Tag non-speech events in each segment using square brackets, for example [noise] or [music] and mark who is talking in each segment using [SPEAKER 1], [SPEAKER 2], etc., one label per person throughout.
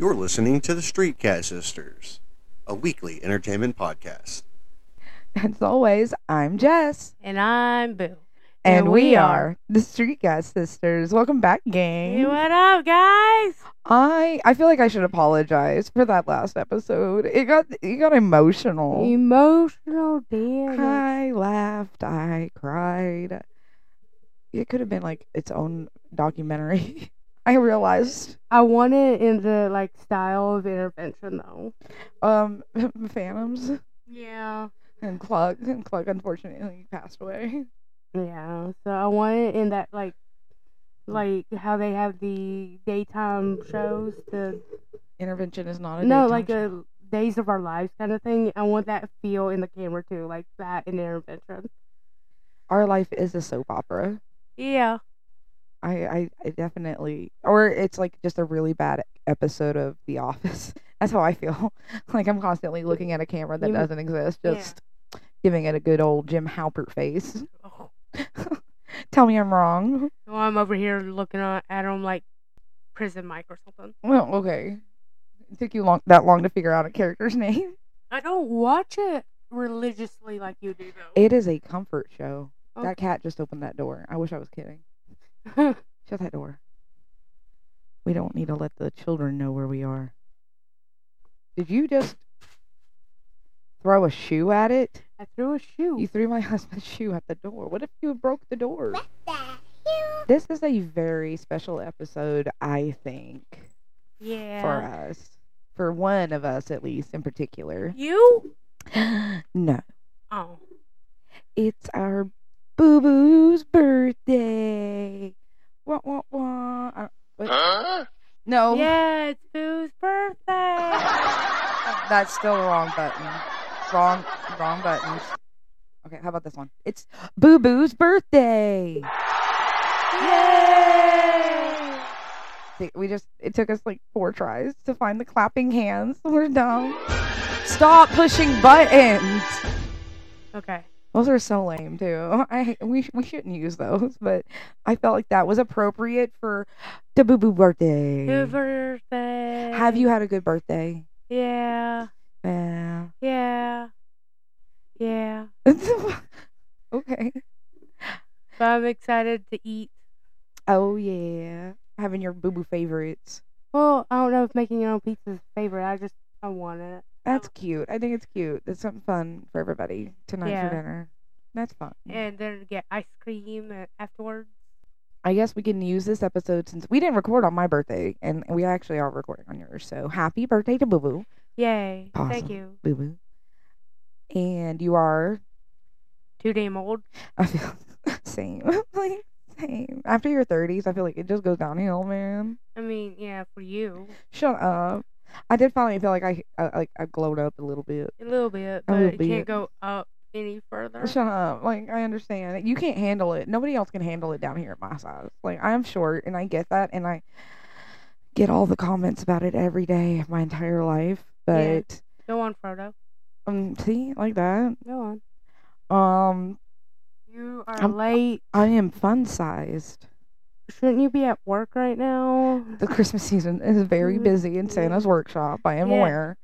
[SPEAKER 1] listening to the Street Cat Sisters, a weekly entertainment podcast.
[SPEAKER 2] As always, I'm Jess.
[SPEAKER 3] And I'm Boo.
[SPEAKER 2] And, we are the Street Gas Sisters. Welcome back, gang.
[SPEAKER 3] Hey, what up, guys?
[SPEAKER 2] I I feel like I should apologize for that last episode. It got it got emotional.
[SPEAKER 3] Emotional damage.
[SPEAKER 2] I laughed. I cried. It could have been like its own documentary. [laughs] I realized.
[SPEAKER 3] I want it in the like style of intervention though.
[SPEAKER 2] Um, [laughs] Phantoms
[SPEAKER 3] Yeah.
[SPEAKER 2] and Clug and Clug unfortunately passed away.
[SPEAKER 3] Yeah. So I want it in that like like how they have the daytime shows the
[SPEAKER 2] Intervention is not a
[SPEAKER 3] no
[SPEAKER 2] Oh, daytime
[SPEAKER 3] like
[SPEAKER 2] show.
[SPEAKER 3] a days of our lives kind of thing i want that feel in the camera too like that in intervention
[SPEAKER 2] our life is a soap opera.
[SPEAKER 3] yeah
[SPEAKER 2] I, I, I definitely, or it's like just a really bad episode of The Office. [laughs] That's how I feel. like I'm constantly looking at a camera that
[SPEAKER 3] You-
[SPEAKER 2] doesn't exist,
[SPEAKER 3] yeah.
[SPEAKER 2] just giving it a good old Jim Halpert face. [laughs] Tell me I'm wrong.
[SPEAKER 3] well Oh, i'm over here looking on, at them like prison mic or something
[SPEAKER 2] Well, okay. It took you long that long to figure out a character's [laughs] name.
[SPEAKER 3] I don't watch it religiously like you do, though.
[SPEAKER 2] It is a comfort show. That
[SPEAKER 3] Okay.
[SPEAKER 2] cat just opened that door. I wish I was kidding. Shut that door. We don't need to let the children know where we are. Did you just throw a shoe at it?
[SPEAKER 3] [laughs] I threw a
[SPEAKER 2] You
[SPEAKER 3] shoe.
[SPEAKER 2] threw my [laughs] husband's shoe at the door. What if you broke the door? This is a very special episode, I think,
[SPEAKER 3] Yeah.
[SPEAKER 2] for us. For one of us, at least, in
[SPEAKER 3] [gasps]
[SPEAKER 2] particular.
[SPEAKER 3] You?
[SPEAKER 2] no.
[SPEAKER 3] Oh.
[SPEAKER 2] It's our boo boo's birthday. Wah, wah, wah. Uh, wait.
[SPEAKER 3] Oh.
[SPEAKER 2] No.
[SPEAKER 3] Yeah, it's Boo's [laughs] birthday.
[SPEAKER 2] That's still the wrong button. Wrong, wrong buttons. Okay, how about this one? It's Boo Boo's birthday.
[SPEAKER 3] Yay!
[SPEAKER 2] See, We just it took us like four tries to find the clapping hands. [laughs] We're dumb. Stop pushing buttons.
[SPEAKER 3] Okay.
[SPEAKER 2] Those are so lame too. [laughs] I we sh- we shouldn't use those, but I felt like that was appropriate for the Boo Boo
[SPEAKER 3] Boo
[SPEAKER 2] birthday.
[SPEAKER 3] birthday.
[SPEAKER 2] Have you had a good birthday?
[SPEAKER 3] Yeah.
[SPEAKER 2] Yeah. [laughs]
[SPEAKER 3] Yeah. Yeah.
[SPEAKER 2] okay.
[SPEAKER 3] But I'm excited to eat.
[SPEAKER 2] Oh yeah, having your boo boo favorites.
[SPEAKER 3] Well, I don't know if making your own pizza is a favorite. I just, I want it.
[SPEAKER 2] That's cute. I think it's cute. It's something fun for everybody tonight
[SPEAKER 3] Yeah.
[SPEAKER 2] for dinner. That's fun.
[SPEAKER 3] And then get ice cream uh, afterwards.
[SPEAKER 2] I guess we can use this episode since we didn't record on my birthday, and we actually are recording on yours. So happy birthday to Boo Boo,
[SPEAKER 3] Yay.
[SPEAKER 2] Awesome.
[SPEAKER 3] Thank you.
[SPEAKER 2] Boo Boo, and you are [laughs]
[SPEAKER 3] Too damn old.
[SPEAKER 2] I feel same, [laughs] like same. After your thirties, I feel like it just goes downhill, man.
[SPEAKER 3] I mean, yeah, for you.
[SPEAKER 2] Shut up. I did finally feel like I, I like I glowed up a little bit.
[SPEAKER 3] A little
[SPEAKER 2] A
[SPEAKER 3] bit, but
[SPEAKER 2] little
[SPEAKER 3] it
[SPEAKER 2] bit.
[SPEAKER 3] can't go up any further.
[SPEAKER 2] Shut up. Like, I understand. You can't handle it. Nobody else can handle it down here at my size. Like, I'm short and I get that. And I get all the comments about it every day of my entire life.
[SPEAKER 3] Yeah.
[SPEAKER 2] But,
[SPEAKER 3] Go on, Frodo.
[SPEAKER 2] um, see, like that.
[SPEAKER 3] Go on.
[SPEAKER 2] Um,
[SPEAKER 3] You are
[SPEAKER 2] I'm-
[SPEAKER 3] late.
[SPEAKER 2] I am fun sized.
[SPEAKER 3] Shouldn't you be at work right now?
[SPEAKER 2] The Christmas season is very
[SPEAKER 3] Mm,
[SPEAKER 2] busy in
[SPEAKER 3] yeah.
[SPEAKER 2] Santa's workshop. I am
[SPEAKER 3] Yeah.
[SPEAKER 2] aware.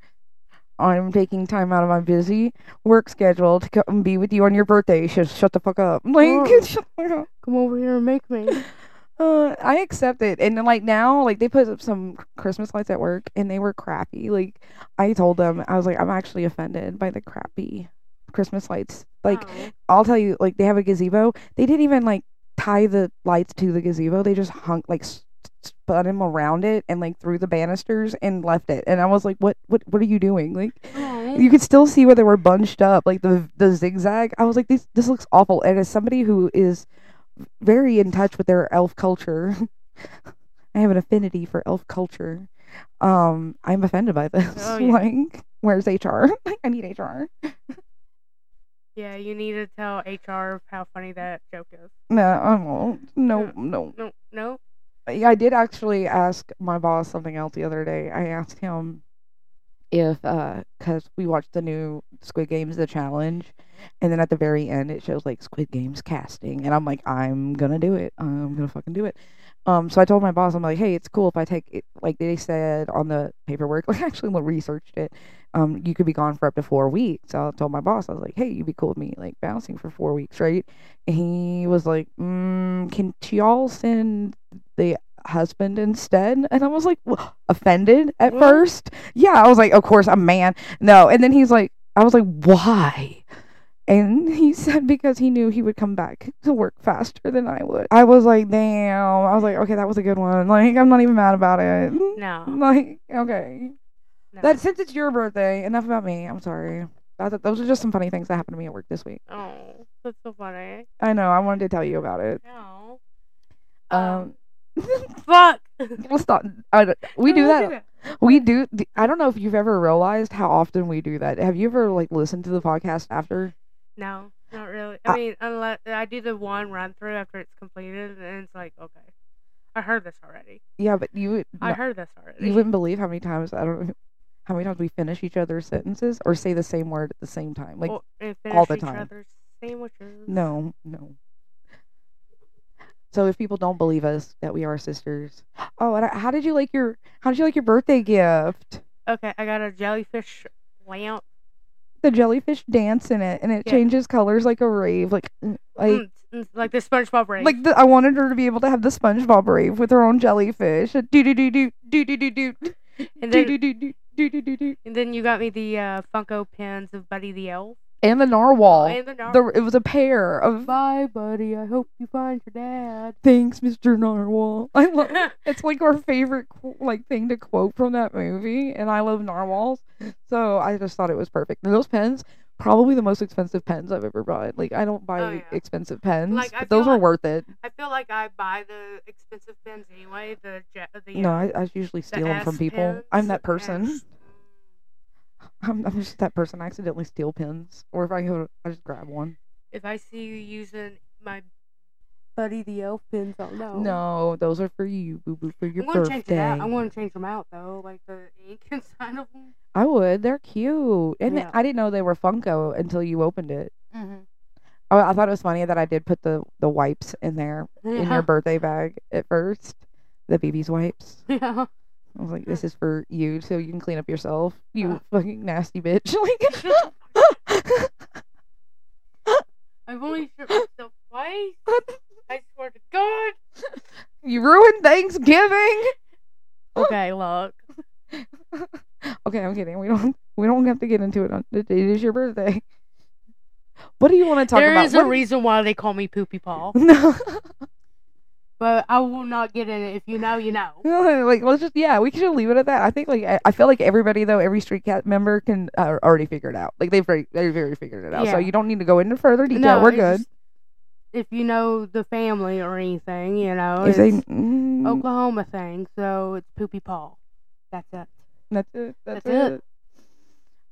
[SPEAKER 2] I'm taking time out of my busy work schedule to come be with you on your birthday. Just shut the fuck up. Like,
[SPEAKER 3] Oh.
[SPEAKER 2] [laughs] shut the fuck up.
[SPEAKER 3] Come over here and make [laughs] me.
[SPEAKER 2] Uh, I accept it. And then, like now, like they put up some Christmas lights at work, and they were crappy. Like I told them, I was like, I'm actually offended by the crappy Christmas lights. Like
[SPEAKER 3] Oh.
[SPEAKER 2] I'll tell you, like they have a gazebo. They didn't even like tie the lights to the gazebo. They just hung like s- spun them around it and like threw the banisters and left it. And I was like, what, what, what are you doing? Like
[SPEAKER 3] Alright.
[SPEAKER 2] you could still see where they were bunched up, like the the zigzag. I was like, this this looks awful. And as somebody who is very in touch with their elf culture, [laughs] I have an affinity for elf culture. Um, I'm offended by this. [laughs]
[SPEAKER 3] Oh, yeah.
[SPEAKER 2] Like, where's [laughs] HR? I need HR.
[SPEAKER 3] yeah, you need to tell HR of how funny that joke is.
[SPEAKER 2] No, I won't. No,
[SPEAKER 3] Yeah.
[SPEAKER 2] no.
[SPEAKER 3] No, no.
[SPEAKER 2] Yeah, I did actually ask my boss something else the other day. I asked him if, because we watched the new Squid Games The Challenge, and then at the very end it shows like Squid Games casting, and I'm like, I'm gonna do it. I'm gonna fucking do it. Um, so I told my boss, I'm like, hey, it's cool if I take it. Like they said on the paperwork, [laughs] like I actually researched it. Um, you could be gone for up to four weeks. So I told my boss, I was like, hey, you'd be cool with me like bouncing for four weeks, right? And he was like, mm, can y'all send the husband instead? And I was like, wh- offended at
[SPEAKER 3] What?
[SPEAKER 2] first. Yeah, I was like, of course, I'm man. No, and then he's like, I was like, why? And he [laughs] said because he knew he would come back to work faster than I would. I was like, damn. I was like, okay, that was a good one. Like, I'm not even mad about it.
[SPEAKER 3] No.
[SPEAKER 2] Like, okay.
[SPEAKER 3] no.
[SPEAKER 2] That since it's your birthday, enough about me. I'm sorry. That, that- those are just some funny things that happened to me at work this week.
[SPEAKER 3] Oh, that's so funny.
[SPEAKER 2] I know. I wanted to tell you about it.
[SPEAKER 3] No.
[SPEAKER 2] [laughs] Um,
[SPEAKER 3] fuck.
[SPEAKER 2] let's not. I, don't- we do that.
[SPEAKER 3] that.
[SPEAKER 2] We do. I don't know if you've ever realized how often we do that. Have you ever like listened to the podcast after?
[SPEAKER 3] [laughs] No, not really.
[SPEAKER 2] I-
[SPEAKER 3] I mean, unless I do the one run through after it's completed, and it's like, okay, I heard this already.
[SPEAKER 2] Yeah, but you would
[SPEAKER 3] I heard this already.
[SPEAKER 2] You wouldn't believe how many times I don't know how many times we finish each other's sentences or say the same word at the same time. Like
[SPEAKER 3] Or- and
[SPEAKER 2] all
[SPEAKER 3] finish
[SPEAKER 2] the
[SPEAKER 3] each
[SPEAKER 2] time.
[SPEAKER 3] Other's sandwiches.
[SPEAKER 2] no, no. So if people don't believe us that we are sisters, oh, and I, how did you like your how did you like your birthday gift?
[SPEAKER 3] Okay, I got a jellyfish lamp.
[SPEAKER 2] The jellyfish dance in it, and it
[SPEAKER 3] Yeah.
[SPEAKER 2] changes colors like a rave, like mm, like
[SPEAKER 3] Mm, mm, like the SpongeBob rave.
[SPEAKER 2] like the, I wanted her to be able to have the SpongeBob rave with her own jellyfish. Do do do do do do do do
[SPEAKER 3] and
[SPEAKER 2] do
[SPEAKER 3] then,
[SPEAKER 2] do do do do do do,
[SPEAKER 3] and then you got me the uh, Funko pins of Buddy the Elf.
[SPEAKER 2] and the narwhal.
[SPEAKER 3] and the, nar- [laughs]
[SPEAKER 2] There, it was a pair of
[SPEAKER 3] Bye, buddy. I hope you find your [laughs] dad.
[SPEAKER 2] [laughs] Thanks, Mr. Narwhal. I
[SPEAKER 3] [laughs]
[SPEAKER 2] love it's like our favorite qu- like thing to quote from that movie, and I love narwhals, so I just thought it was perfect. And those pens, probably the most expensive pens I've ever bought. Like I don't buy
[SPEAKER 3] Oh, yeah.
[SPEAKER 2] expensive pens,
[SPEAKER 3] Like, I
[SPEAKER 2] but those
[SPEAKER 3] feel
[SPEAKER 2] are
[SPEAKER 3] like-
[SPEAKER 2] worth it.
[SPEAKER 3] I feel like I buy the expensive pins anyway. The je- the
[SPEAKER 2] No,
[SPEAKER 3] uh,
[SPEAKER 2] I, I usually steal them from
[SPEAKER 3] S
[SPEAKER 2] people.
[SPEAKER 3] pens
[SPEAKER 2] I'm that
[SPEAKER 3] and-
[SPEAKER 2] person. [laughs] I'm, I'm just that person. I accidentally steal pens, or if I go, I just grab one.
[SPEAKER 3] If I see you using my Buddy the Elf pins, I'll know.
[SPEAKER 2] No, those are for you, boo boo, for your
[SPEAKER 3] Oh. I'm gonna
[SPEAKER 2] birthday.
[SPEAKER 3] change it out. I'm gonna change them out though, like the ink [laughs] inside of them.
[SPEAKER 2] I would. They're cute, and
[SPEAKER 3] Yeah.
[SPEAKER 2] I didn't know they were Funko until you opened it.
[SPEAKER 3] Mm-hmm.
[SPEAKER 2] Oh, I thought it was funny that I did put the, the wipes in there in
[SPEAKER 3] Uh-huh. [laughs]
[SPEAKER 2] your birthday bag at first, the baby's wipes.
[SPEAKER 3] yeah.
[SPEAKER 2] I was like,
[SPEAKER 3] Mm.
[SPEAKER 2] this is for you, so you can clean up yourself, you
[SPEAKER 3] Uh-huh.
[SPEAKER 2] fucking nasty bitch. [laughs] Like,
[SPEAKER 3] [laughs] I've only [gasps] shipped myself twice. I swear to God.
[SPEAKER 2] you ruined Thanksgiving.
[SPEAKER 3] Okay, look.
[SPEAKER 2] Okay, I'm kidding. We don't we don't have to get into it. On, it is your birthday. What do you want to talk
[SPEAKER 3] There
[SPEAKER 2] about?
[SPEAKER 3] is
[SPEAKER 2] What-
[SPEAKER 3] a reason why they call me Poopy [laughs] Paul,
[SPEAKER 2] [laughs] No,
[SPEAKER 3] but I will not get in it. If you know, you know.
[SPEAKER 2] [laughs] like let's just yeah, we should leave it at that. I think like I, I feel like everybody though, every street cat member can uh, already figure it out. Like they've already they've already figured it out. So
[SPEAKER 3] Yeah.
[SPEAKER 2] you don't need to go into further detail. We're
[SPEAKER 3] it's
[SPEAKER 2] good.
[SPEAKER 3] just- If you know the family or anything, you know
[SPEAKER 2] If they,
[SPEAKER 3] it's
[SPEAKER 2] mm,
[SPEAKER 3] Oklahoma thing, so it's Poopy Paul. That's it.
[SPEAKER 2] that's it. That's, it.
[SPEAKER 3] That's it.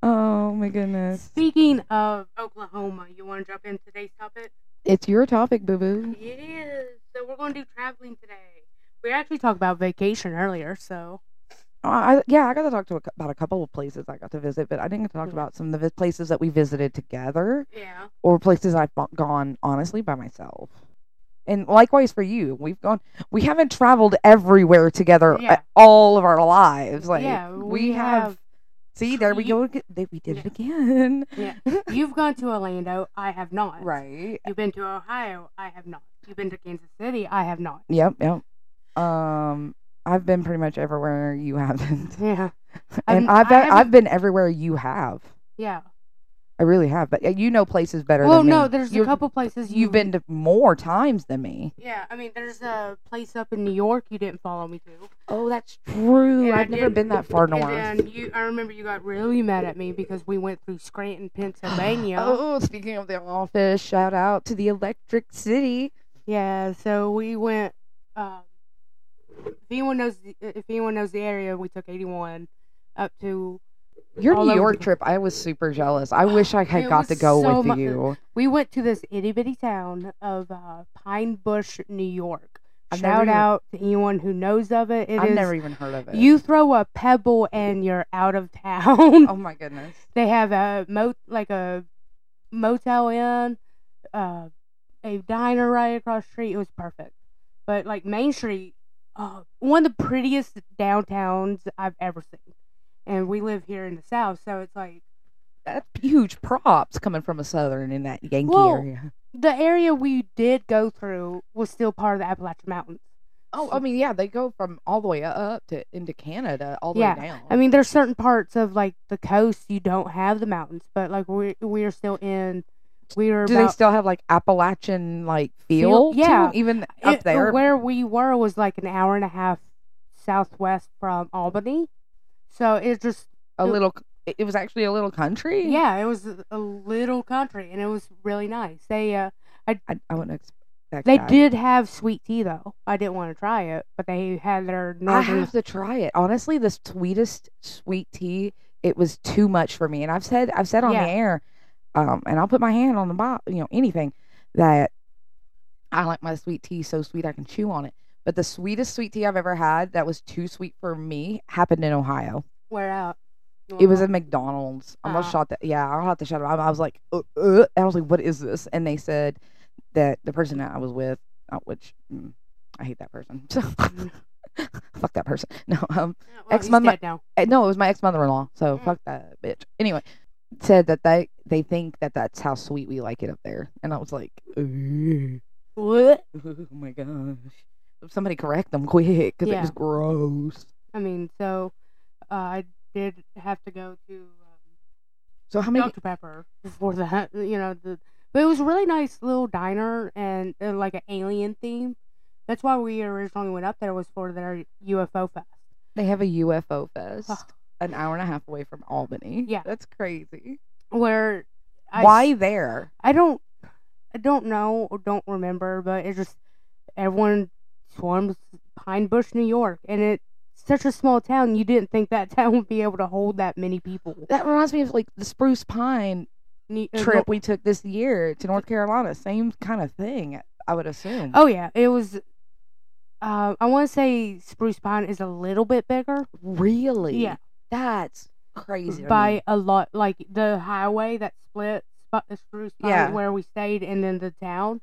[SPEAKER 2] Oh my goodness!
[SPEAKER 3] Speaking of Oklahoma, you want to jump in today's topic?
[SPEAKER 2] It's your topic, boo boo.
[SPEAKER 3] Yes. So we're going to do traveling today. We actually talked about vacation earlier, so
[SPEAKER 2] I, yeah, I got to talk to a, cou- about a couple of places I got to visit, but I didn't get to talk
[SPEAKER 3] Yeah.
[SPEAKER 2] about some of the vi- places that we visited together
[SPEAKER 3] yeah.
[SPEAKER 2] or places I've bo- gone honestly by myself. And likewise for you, we've gone. We haven't traveled everywhere together
[SPEAKER 3] Yeah.
[SPEAKER 2] a- all of our lives. Like
[SPEAKER 3] yeah,
[SPEAKER 2] we have. See, there we
[SPEAKER 3] you-
[SPEAKER 2] go. ag- they- We did it
[SPEAKER 3] Yeah. [laughs]
[SPEAKER 2] again. [laughs]
[SPEAKER 3] have- You've gone to Orlando. I have not.
[SPEAKER 2] Right.
[SPEAKER 3] You've been to Ohio. I have not. You've been to Kansas City. I have not.
[SPEAKER 2] Yep. Yep. Um, I've been pretty much everywhere you haven't. [laughs]
[SPEAKER 3] Yeah.
[SPEAKER 2] and
[SPEAKER 3] I'm-
[SPEAKER 2] I've
[SPEAKER 3] I
[SPEAKER 2] been, I've
[SPEAKER 3] haven't-
[SPEAKER 2] been everywhere you have.
[SPEAKER 3] Yeah.
[SPEAKER 2] I really have, but uh, you know places better.
[SPEAKER 3] well,
[SPEAKER 2] than me.
[SPEAKER 3] no, there's
[SPEAKER 2] You're-
[SPEAKER 3] a couple places
[SPEAKER 2] You've been to more times than me.
[SPEAKER 3] Yeah, I mean, there's a place up in New York you didn't follow me to.
[SPEAKER 2] Oh, that's true.
[SPEAKER 3] Yeah, I
[SPEAKER 2] I've never
[SPEAKER 3] did.
[SPEAKER 2] been that far
[SPEAKER 3] And
[SPEAKER 2] north.
[SPEAKER 3] then you, I remember you got really mad at me because we went through Scranton, Pennsylvania.
[SPEAKER 2] [gasps] Oh, speaking of the office, shout out to the Electric City.
[SPEAKER 3] Yeah, so we went. Um, if anyone knows, the, if anyone knows the area, we took eighty one up to.
[SPEAKER 2] Your
[SPEAKER 3] All
[SPEAKER 2] New
[SPEAKER 3] over
[SPEAKER 2] York
[SPEAKER 3] the-
[SPEAKER 2] trip, I was super jealous. I wish I had
[SPEAKER 3] It
[SPEAKER 2] got to
[SPEAKER 3] was
[SPEAKER 2] go
[SPEAKER 3] so
[SPEAKER 2] with
[SPEAKER 3] mu-
[SPEAKER 2] you.
[SPEAKER 3] We went to this itty bitty town of uh, Pine Bush, New York.
[SPEAKER 2] I've never
[SPEAKER 3] Shout
[SPEAKER 2] even-
[SPEAKER 3] out to anyone who knows of it. It is
[SPEAKER 2] I've never even heard of it.
[SPEAKER 3] you throw a pebble and you're out of town.
[SPEAKER 2] Oh my goodness.
[SPEAKER 3] [laughs] They have a mo like a motel inn, uh, a diner right across the street. It was perfect. But like Main Street uh, one of the prettiest downtowns I've ever seen. And we live here in the South, so it's like
[SPEAKER 2] That's huge props coming from a southern in that Yankee
[SPEAKER 3] Well,
[SPEAKER 2] area.
[SPEAKER 3] the area we did go through was still part of the Appalachian Mountains.
[SPEAKER 2] Oh, I mean, yeah, they go from all the way up to into Canada, all the
[SPEAKER 3] Yeah,
[SPEAKER 2] way down.
[SPEAKER 3] I mean, there's certain parts of like the coast you don't have the mountains, but like we we are still in. We were
[SPEAKER 2] do
[SPEAKER 3] about,
[SPEAKER 2] they still have like Appalachian like feel?
[SPEAKER 3] Feel-
[SPEAKER 2] to
[SPEAKER 3] yeah.
[SPEAKER 2] them, even
[SPEAKER 3] it-
[SPEAKER 2] up there.
[SPEAKER 3] Where we were was like an hour and a half southwest from Albany, so it just
[SPEAKER 2] a little. It it was actually a little country.
[SPEAKER 3] yeah, it was a- a little country, and it was really nice. They uh,
[SPEAKER 2] I, I wouldn't expect.
[SPEAKER 3] they
[SPEAKER 2] that.
[SPEAKER 3] did have sweet tea though. I didn't want to try it, but they had their
[SPEAKER 2] I
[SPEAKER 3] northern.
[SPEAKER 2] have to try it. Honestly, the sweetest sweet tea. It was too much for me, and I've said I've said on
[SPEAKER 3] Yeah.
[SPEAKER 2] the air, um, and I'll put my hand on the bo- you know anything that I like my sweet tea so sweet I can chew on it. But the sweetest sweet tea I've ever had that was too sweet for me happened in Ohio.
[SPEAKER 3] where out? Uh-huh.
[SPEAKER 2] It was a McDonald's. I almost
[SPEAKER 3] Ah.
[SPEAKER 2] shot that. Yeah, I'll have to shut it. I I was like, uh, uh, and I was like, what is this? And they said that the person that I was with, uh, which mm, I hate that person. [laughs] So fuck that person. No, um, Ex
[SPEAKER 3] Ex
[SPEAKER 2] mama-
[SPEAKER 3] now.
[SPEAKER 2] uh, no, it was my ex mother in law. So
[SPEAKER 3] Mm.
[SPEAKER 2] fuck that bitch. Anyway, said that they they think that that's how sweet we like it up there, and I was like,
[SPEAKER 3] [laughs]
[SPEAKER 2] "Ugh.
[SPEAKER 3] What?
[SPEAKER 2] oh my gosh, somebody correct them quick because it
[SPEAKER 3] Yeah.
[SPEAKER 2] was gross.
[SPEAKER 3] I mean, so uh, I did have to go to um,
[SPEAKER 2] So how many?
[SPEAKER 3] Dr Pepper before that. [laughs] You know, the but it was a really nice little diner and uh, like an alien theme. That's why we originally went up there was for their UFO fest.
[SPEAKER 2] They have a UFO fest. an hour and a half away from Albany.
[SPEAKER 3] Yeah.
[SPEAKER 2] that's crazy.
[SPEAKER 3] [sighs] Where I
[SPEAKER 2] Why there?
[SPEAKER 3] I don't I don't know or don't remember, but it's just everyone swarms Pine Bush, New York, and it's such a small town. You didn't think that [laughs] town would be able to hold that many people.
[SPEAKER 2] That reminds me of like the Spruce Pine
[SPEAKER 3] Ne- uh,
[SPEAKER 2] trip we took this year to North Carolina. Same kind of thing, I would assume.
[SPEAKER 3] Oh yeah, it was. Uh, I want to say Spruce Pine is a little bit bigger
[SPEAKER 2] really?
[SPEAKER 3] Yeah.
[SPEAKER 2] that's crazy. to
[SPEAKER 3] by
[SPEAKER 2] me.
[SPEAKER 3] a lot. Like the highway that splits Bu- Spruce Pine,
[SPEAKER 2] Yeah.
[SPEAKER 3] where we stayed, and then the town.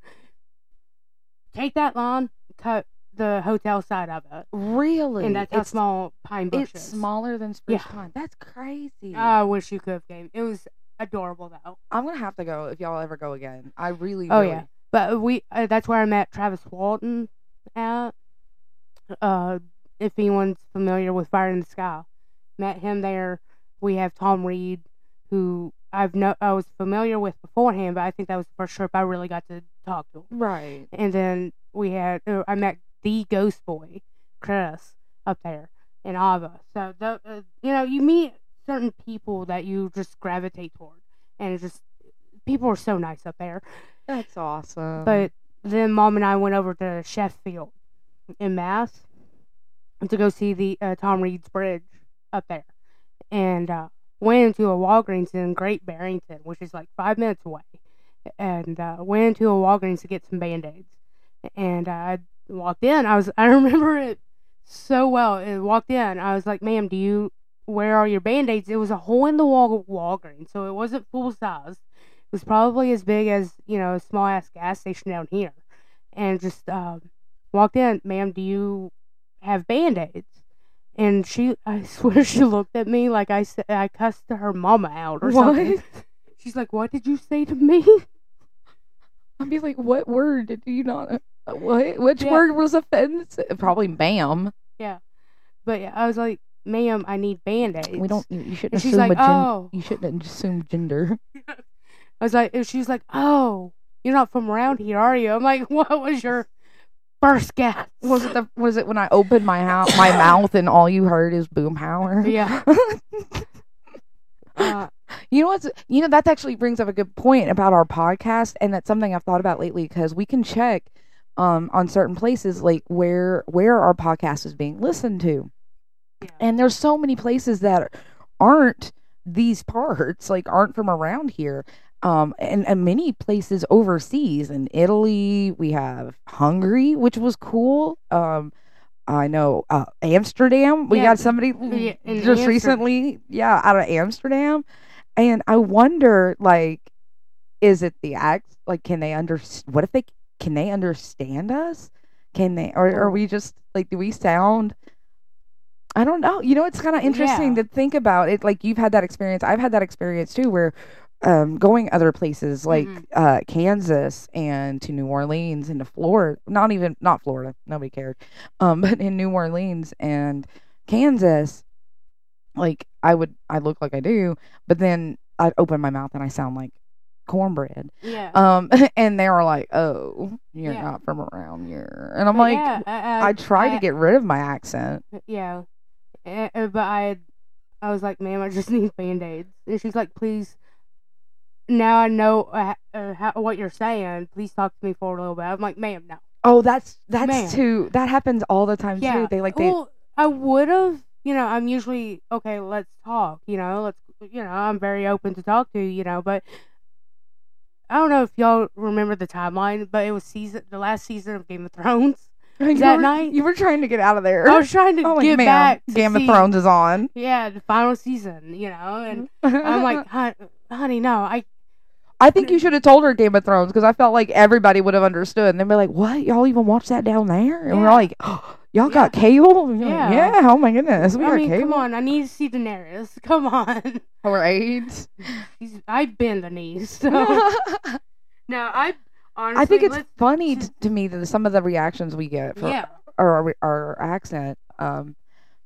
[SPEAKER 3] Take that line, cut the hotel side of it,
[SPEAKER 2] really,
[SPEAKER 3] and that's how
[SPEAKER 2] it's,
[SPEAKER 3] small Pine Bush
[SPEAKER 2] It's
[SPEAKER 3] is.
[SPEAKER 2] smaller than Spruce
[SPEAKER 3] Yeah.
[SPEAKER 2] Pine. That's crazy.
[SPEAKER 3] I wish you could have came. It was adorable though.
[SPEAKER 2] I'm gonna have to go if y'all ever go again. I really.
[SPEAKER 3] Oh,
[SPEAKER 2] really-
[SPEAKER 3] yeah. But we uh, that's where I met Travis Walton at. Uh, if anyone's familiar with Fire in the Sky, met him there. We have Tom Reed, who I've no I was familiar with beforehand, but I think that was the first trip I really got to talk to him.
[SPEAKER 2] Right.
[SPEAKER 3] And then we had uh, I met the Ghost Boy, Chris, up there in Ava. So tho- uh, you know you meet certain people that you just gravitate toward, and it's just people are so nice up there.
[SPEAKER 2] That's awesome.
[SPEAKER 3] But then mom and I went over to Sheffield in Mass to go see the uh, Tom Reed's Bridge up there, and uh, went into a Walgreens in Great Barrington, which is like five minutes away, and uh, went into a Walgreens to get some band aids, and uh, I walked in. I was [laughs] I remember it so well. I walked in. I was like, "Ma'am, do you?" Where are your band aids? It was a hole in the wall Walgreens, so it wasn't full size was probably as big as you know a small ass gas station down here, and just um, walked in, ma'am, do you have band aids? And she, [laughs] I swear, she looked at me like I said I cussed her mama out or something. [laughs]
[SPEAKER 2] What?
[SPEAKER 3] She's like, "What did you say to me?" [laughs]
[SPEAKER 2] I'd be like, what word did you not? uh, What? Which
[SPEAKER 3] Yeah.
[SPEAKER 2] word was offensive? Probably ma'am.
[SPEAKER 3] But yeah, I was like, "Ma'am, I need band aids."
[SPEAKER 2] We don't. You, you shouldn't
[SPEAKER 3] And she's
[SPEAKER 2] assume
[SPEAKER 3] like,
[SPEAKER 2] a gen-
[SPEAKER 3] "Oh."
[SPEAKER 2] You shouldn't assume gender.
[SPEAKER 3] I was like, she was like, "Oh, you're not from around here, are you?" I'm like, [laughs] "What was your
[SPEAKER 2] [laughs]
[SPEAKER 3] first guess?"
[SPEAKER 2] Was it the? Was it when I opened my house, [laughs] my mouth, and all you heard is boom power? [laughs]
[SPEAKER 3] yeah. Uh,
[SPEAKER 2] You know what's you know that actually brings up a good point about our podcast, and that's something I've thought about lately because we can check um, on certain places like where where our podcast is being listened to,
[SPEAKER 3] Yeah.
[SPEAKER 2] and there's so many places that aren't these parts like aren't from around here, um, and, and many places overseas in Italy we have Hungary, which was cool. Um, I know uh, Amsterdam. We
[SPEAKER 3] Yeah.
[SPEAKER 2] got somebody
[SPEAKER 3] Yeah, in
[SPEAKER 2] Mm-hmm. just
[SPEAKER 3] Amsterdam.
[SPEAKER 2] recently, yeah, out of Amsterdam. And I wonder, like, is it the act? Like, can they under? What if they can they understand us? Can they? Or are we just like do we sound I don't know. You know, it's kind of interesting
[SPEAKER 3] Yeah.
[SPEAKER 2] to think about it. Like you've had that experience. I've had that experience too, where um, going other places like
[SPEAKER 3] Mhm.
[SPEAKER 2] uh, Kansas and to New Orleans and to Florida. Not even not Florida. Nobody cared. Um, [laughs] but in New Orleans and Kansas, like I would, I look like I do, but then I'd open my mouth and I sound like cornbread.
[SPEAKER 3] Yeah.
[SPEAKER 2] Um, [laughs] and they were like, "Oh, you're
[SPEAKER 3] Yeah.
[SPEAKER 2] not from around here," and I'm
[SPEAKER 3] But
[SPEAKER 2] like.
[SPEAKER 3] yeah, I, I-
[SPEAKER 2] I try
[SPEAKER 3] I-
[SPEAKER 2] to get rid of my accent.
[SPEAKER 3] Yeah, Eh, eh, but I, I was like, ma'am, I just [laughs] need band aids, and she's like, please. Now I know uh, uh, how, what you're saying. Please talk to me for a little bit. I'm like, ma'am, no.
[SPEAKER 2] Oh, that's that's
[SPEAKER 3] Man.
[SPEAKER 2] too. That happens all the time
[SPEAKER 3] Yeah.
[SPEAKER 2] too. They like they.
[SPEAKER 3] Well, I would have. You know, I'm usually okay. Let's talk. You know, let's. You know, I'm very open to talk to. You know, but I don't know if y'all remember the timeline, but it was season the last season of Game of Thrones.
[SPEAKER 2] [laughs] you
[SPEAKER 3] that
[SPEAKER 2] were,
[SPEAKER 3] night-
[SPEAKER 2] you were trying to get out of there.
[SPEAKER 3] I
[SPEAKER 2] [laughs]
[SPEAKER 3] was [laughs] trying to
[SPEAKER 2] I'm Oh, like,
[SPEAKER 3] get
[SPEAKER 2] "Ma'am,
[SPEAKER 3] back to
[SPEAKER 2] Game
[SPEAKER 3] see-
[SPEAKER 2] of Thrones is on.
[SPEAKER 3] Yeah, the final season. You know,
[SPEAKER 2] [laughs]
[SPEAKER 3] and I'm like, "Hon- honey, no, I
[SPEAKER 2] I think you should have told her Game of Thrones because I felt like everybody would have understood. And they'd be like, "What? Y'all even watch that down there?" And we're
[SPEAKER 3] Yeah.
[SPEAKER 2] like, oh, "Y'all got cable? And you're like,
[SPEAKER 3] Yeah.
[SPEAKER 2] yeah. Oh my goodness, we
[SPEAKER 3] I
[SPEAKER 2] got
[SPEAKER 3] mean,
[SPEAKER 2] cable.
[SPEAKER 3] come on. I need to see Daenerys. [laughs] Come on. [laughs]
[SPEAKER 2] right?
[SPEAKER 3] She's, I bend the knees.
[SPEAKER 2] [laughs]
[SPEAKER 3] So. [laughs] no, I honestly.
[SPEAKER 2] I think it's
[SPEAKER 3] let's-
[SPEAKER 2] funny t- to me that some of the reactions we get for
[SPEAKER 3] yeah.
[SPEAKER 2] or our, our accent um,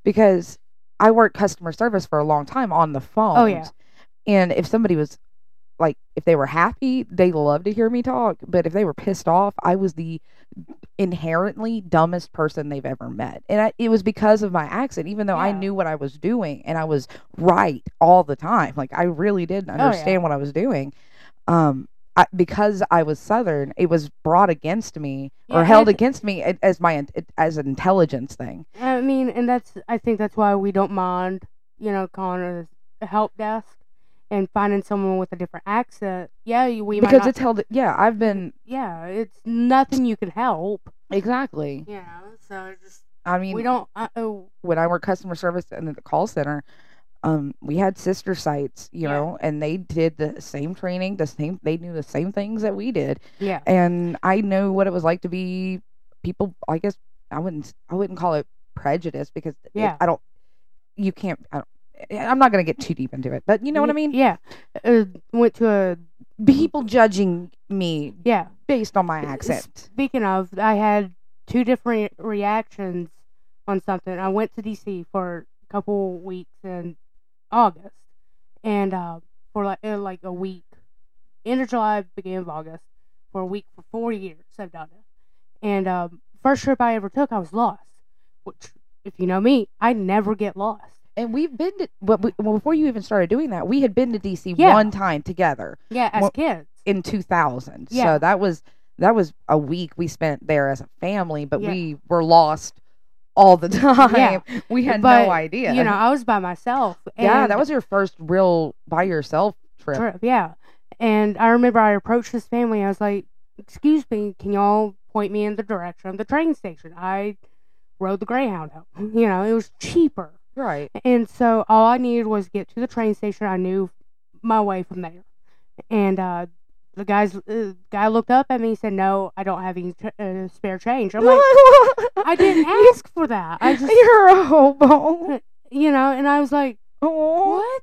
[SPEAKER 2] because I worked customer service for a long time on the phone.
[SPEAKER 3] Oh, yeah.
[SPEAKER 2] And if somebody was like, if they were happy, they loved to hear me talk. But if they were pissed off, I was the inherently dumbest person they've ever met. And I, it was because of my accent, even though I
[SPEAKER 3] Yeah.
[SPEAKER 2] knew what I was doing and I was right all the time. Like, I really didn't
[SPEAKER 3] Oh, yeah.
[SPEAKER 2] understand what I was doing. Um, I, because I was Southern, it was brought against me or
[SPEAKER 3] Yeah,
[SPEAKER 2] held
[SPEAKER 3] and-
[SPEAKER 2] against me a- as my in- as an intelligence thing.
[SPEAKER 3] I mean, and that's. I think that's why we don't mind, you know, calling her the help desk and finding someone with a different accent. Yeah, you- we might
[SPEAKER 2] because
[SPEAKER 3] not-
[SPEAKER 2] it's held. Yeah, I've been
[SPEAKER 3] yeah, it's nothing you can help.
[SPEAKER 2] exactly.
[SPEAKER 3] You know, so it's just
[SPEAKER 2] I mean,
[SPEAKER 3] we don't. Uh, oh,
[SPEAKER 2] when I worked customer service and at the call center, um, we had sister sites, you
[SPEAKER 3] Yeah.
[SPEAKER 2] know, and they did the same training, the same. They knew the same things that we did,
[SPEAKER 3] yeah.
[SPEAKER 2] and I know what it was like to be people. I guess I wouldn't. I wouldn't call it prejudice because it-
[SPEAKER 3] Yeah.
[SPEAKER 2] I don't. You can't. I don't, I'm not going to get too deep into it, but you know what I
[SPEAKER 3] Y-
[SPEAKER 2] mean.
[SPEAKER 3] Yeah. Uh, went to a
[SPEAKER 2] People judging me
[SPEAKER 3] yeah.
[SPEAKER 2] based on my
[SPEAKER 3] It's-
[SPEAKER 2] accent.
[SPEAKER 3] Speaking of, I had two different reactions on something. I went to DC for a couple weeks in August, and uh, for like uh, like a week, end of July, beginning of August, for a week for four years I've done it. And um, first trip I ever took, I was lost. Which, if you know me, I never get lost.
[SPEAKER 2] And we've been to, but we, well, before you even started doing that, we had been to DC
[SPEAKER 3] Yeah.
[SPEAKER 2] one time together
[SPEAKER 3] Yeah, as
[SPEAKER 2] Well,
[SPEAKER 3] kids.
[SPEAKER 2] in 2000.
[SPEAKER 3] Yeah.
[SPEAKER 2] So that was that was a week we spent there as a family, but
[SPEAKER 3] Yeah.
[SPEAKER 2] we were lost all the [laughs] time. We had
[SPEAKER 3] But,
[SPEAKER 2] no idea.
[SPEAKER 3] You know, I was by myself. And
[SPEAKER 2] yeah, that was your first real by yourself trip.
[SPEAKER 3] trip, yeah. And I remember I approached this family. I was like, "Excuse me, can y'all point me in the direction of the train station?" I rode the Greyhound home. [laughs] You know, it was cheaper,
[SPEAKER 2] Right.
[SPEAKER 3] and so all I needed was get to the train station. I knew my way from there, and uh, the guys uh, guy looked up at me and said, "No, I don't have any tr- uh, spare change."
[SPEAKER 2] [laughs]
[SPEAKER 3] I'm like, [laughs] "I didn't ask for that. I just,
[SPEAKER 2] You're a hobo.
[SPEAKER 3] you know," and I was like.
[SPEAKER 2] Oh.
[SPEAKER 3] what?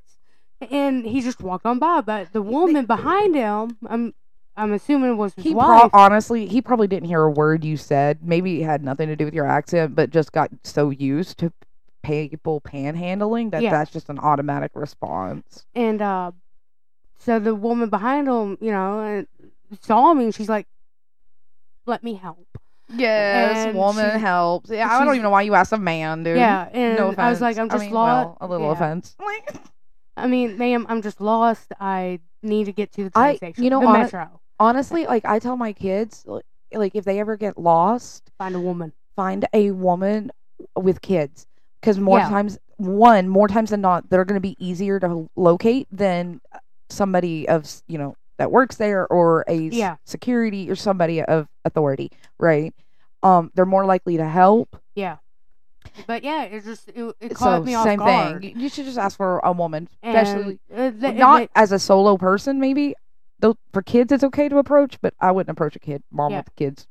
[SPEAKER 3] And he just walked on by, but the woman behind him, I'm, I'm assuming was his
[SPEAKER 2] He pro-
[SPEAKER 3] wife.
[SPEAKER 2] honestly, he probably didn't hear a word you said. Maybe it had nothing to do with your accent, but just got so used to people panhandling that
[SPEAKER 3] Yeah.
[SPEAKER 2] that's just an automatic response.
[SPEAKER 3] and uh, so the woman behind him, you know, and saw me, and she's like, "Let me help."
[SPEAKER 2] Yes,
[SPEAKER 3] And
[SPEAKER 2] woman
[SPEAKER 3] she's-
[SPEAKER 2] helps. Yeah, I don't
[SPEAKER 3] she's-
[SPEAKER 2] even know why you asked a man, dude.
[SPEAKER 3] Yeah, and
[SPEAKER 2] no offense.
[SPEAKER 3] I was like, "I'm just
[SPEAKER 2] mean,
[SPEAKER 3] lost."
[SPEAKER 2] well, a little
[SPEAKER 3] yeah.
[SPEAKER 2] offense.
[SPEAKER 3] I mean, ma'am, I'm just lost. I need to get to the train
[SPEAKER 2] I-
[SPEAKER 3] station.
[SPEAKER 2] you know,
[SPEAKER 3] the
[SPEAKER 2] hon-
[SPEAKER 3] metro.
[SPEAKER 2] [laughs] Honestly, like I tell my kids, like- like if they ever get lost,
[SPEAKER 3] Find a woman.
[SPEAKER 2] find a woman with kids because more
[SPEAKER 3] Yeah.
[SPEAKER 2] times one more times than not they're going to be easier to locate than somebody of s- you know that works there or a s-
[SPEAKER 3] Yeah.
[SPEAKER 2] security or somebody of authority right um they're more likely to help
[SPEAKER 3] But yeah, it just it, it caught
[SPEAKER 2] so
[SPEAKER 3] me off
[SPEAKER 2] same
[SPEAKER 3] guard.
[SPEAKER 2] thing you should just ask for a woman
[SPEAKER 3] And,
[SPEAKER 2] especially
[SPEAKER 3] uh, the-
[SPEAKER 2] not
[SPEAKER 3] the-
[SPEAKER 2] as a solo person maybe though for kids it's okay to approach but i wouldn't approach a kid mom
[SPEAKER 3] Yeah.
[SPEAKER 2] with kids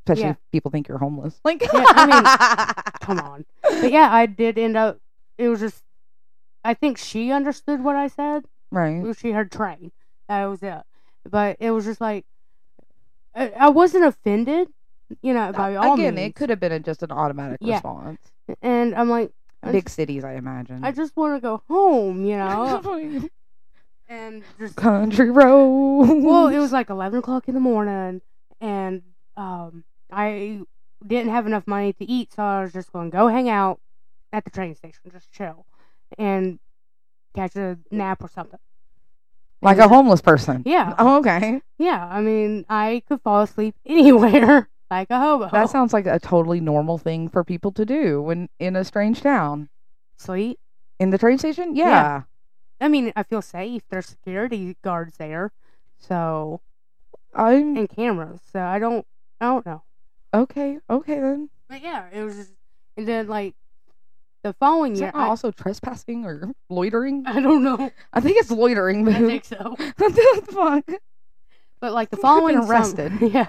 [SPEAKER 2] especially
[SPEAKER 3] Yeah.
[SPEAKER 2] if people think you're homeless. Like,
[SPEAKER 3] I
[SPEAKER 2] [laughs]
[SPEAKER 3] Come on. But yeah, I did end up. It was just. I think she understood what I said.
[SPEAKER 2] Mm-hmm. right,
[SPEAKER 3] She heard train. That was it. But it was just like. I, I wasn't offended, you know, by all
[SPEAKER 2] again,
[SPEAKER 3] means.
[SPEAKER 2] it could have been just an automatic
[SPEAKER 3] Yeah.
[SPEAKER 2] response.
[SPEAKER 3] And I'm like, I
[SPEAKER 2] Big
[SPEAKER 3] just,
[SPEAKER 2] cities, I imagine.
[SPEAKER 3] I just want to go home, you
[SPEAKER 2] [laughs]
[SPEAKER 3] know? [laughs] and just
[SPEAKER 2] country road. [laughs]
[SPEAKER 3] well, it was like eleven o'clock in the morning, and um, I didn't have enough money to eat, so I was just going to go hang out at the train station, just chill, and catch a nap or something.
[SPEAKER 2] like
[SPEAKER 3] and-
[SPEAKER 2] a homeless person.
[SPEAKER 3] Yeah.
[SPEAKER 2] Oh, okay.
[SPEAKER 3] Yeah, I mean, I could fall asleep [laughs] anywhere like a hobo.
[SPEAKER 2] That sounds like a totally normal thing for people to do when in a strange town.
[SPEAKER 3] sleep.
[SPEAKER 2] In the train station? Yeah.
[SPEAKER 3] Yeah. I mean, I feel safe. There's security guards there, so
[SPEAKER 2] I'm
[SPEAKER 3] and cameras. So I don't, I don't know.
[SPEAKER 2] okay. Okay then.
[SPEAKER 3] But yeah, it was, just, and then like the following
[SPEAKER 2] Is
[SPEAKER 3] year,
[SPEAKER 2] that
[SPEAKER 3] I, Uh,
[SPEAKER 2] also trespassing or loitering?
[SPEAKER 3] [laughs] I don't
[SPEAKER 2] [laughs]
[SPEAKER 3] know.
[SPEAKER 2] I think it's loitering, but
[SPEAKER 3] I think so.
[SPEAKER 2] [laughs] what the fuck?
[SPEAKER 3] But like the
[SPEAKER 2] You could've
[SPEAKER 3] following
[SPEAKER 2] been
[SPEAKER 3] sum-
[SPEAKER 2] arrested.
[SPEAKER 3] [laughs] yeah.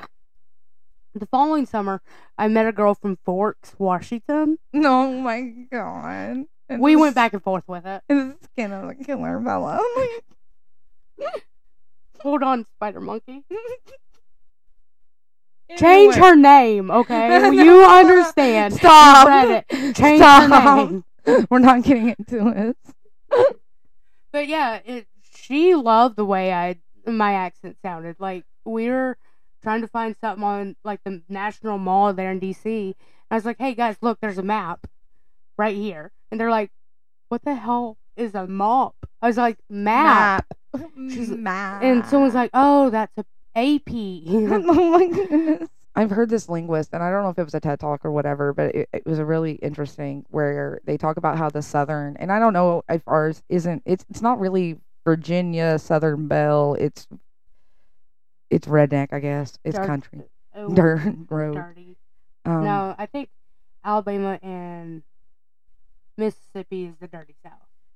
[SPEAKER 3] The following summer, I met a girl from Forks, Washington.
[SPEAKER 2] No, my god. And
[SPEAKER 3] We
[SPEAKER 2] this-
[SPEAKER 3] went back and forth with it.
[SPEAKER 2] And this skin of a killer fella. Oh
[SPEAKER 3] Hold on, Spider Monkey.
[SPEAKER 2] [laughs]
[SPEAKER 3] Change her name, okay? You understand.
[SPEAKER 2] Stop.
[SPEAKER 3] read Change her
[SPEAKER 2] Stop.
[SPEAKER 3] name.
[SPEAKER 2] [laughs] We're not getting into it.
[SPEAKER 3] But yeah, it, she loved the way I my accent sounded. Like we were trying to find something on like the National Mall there in D.C. And I was like, "Hey guys, look, there's a map right here." And they're like, "What the hell is a mop?" I was like, "Map." She's-
[SPEAKER 2] Map.
[SPEAKER 3] Mm. And someone's like, "Oh, that's a [laughs] AP."
[SPEAKER 2] [laughs] oh my goodness. I've heard this linguist, and I don't know if it was a TED talk or whatever, but it, it was a really interesting where they talk about how the Southern, and I don't know if ours isn't. It's it's not really Virginia Southern Belle. It's it's redneck, I guess. It's
[SPEAKER 3] Dirt-
[SPEAKER 2] country,
[SPEAKER 3] Oh,
[SPEAKER 2] dirt road.
[SPEAKER 3] dirty.
[SPEAKER 2] Um,
[SPEAKER 3] no, I think Alabama and Mississippi is the dirty South.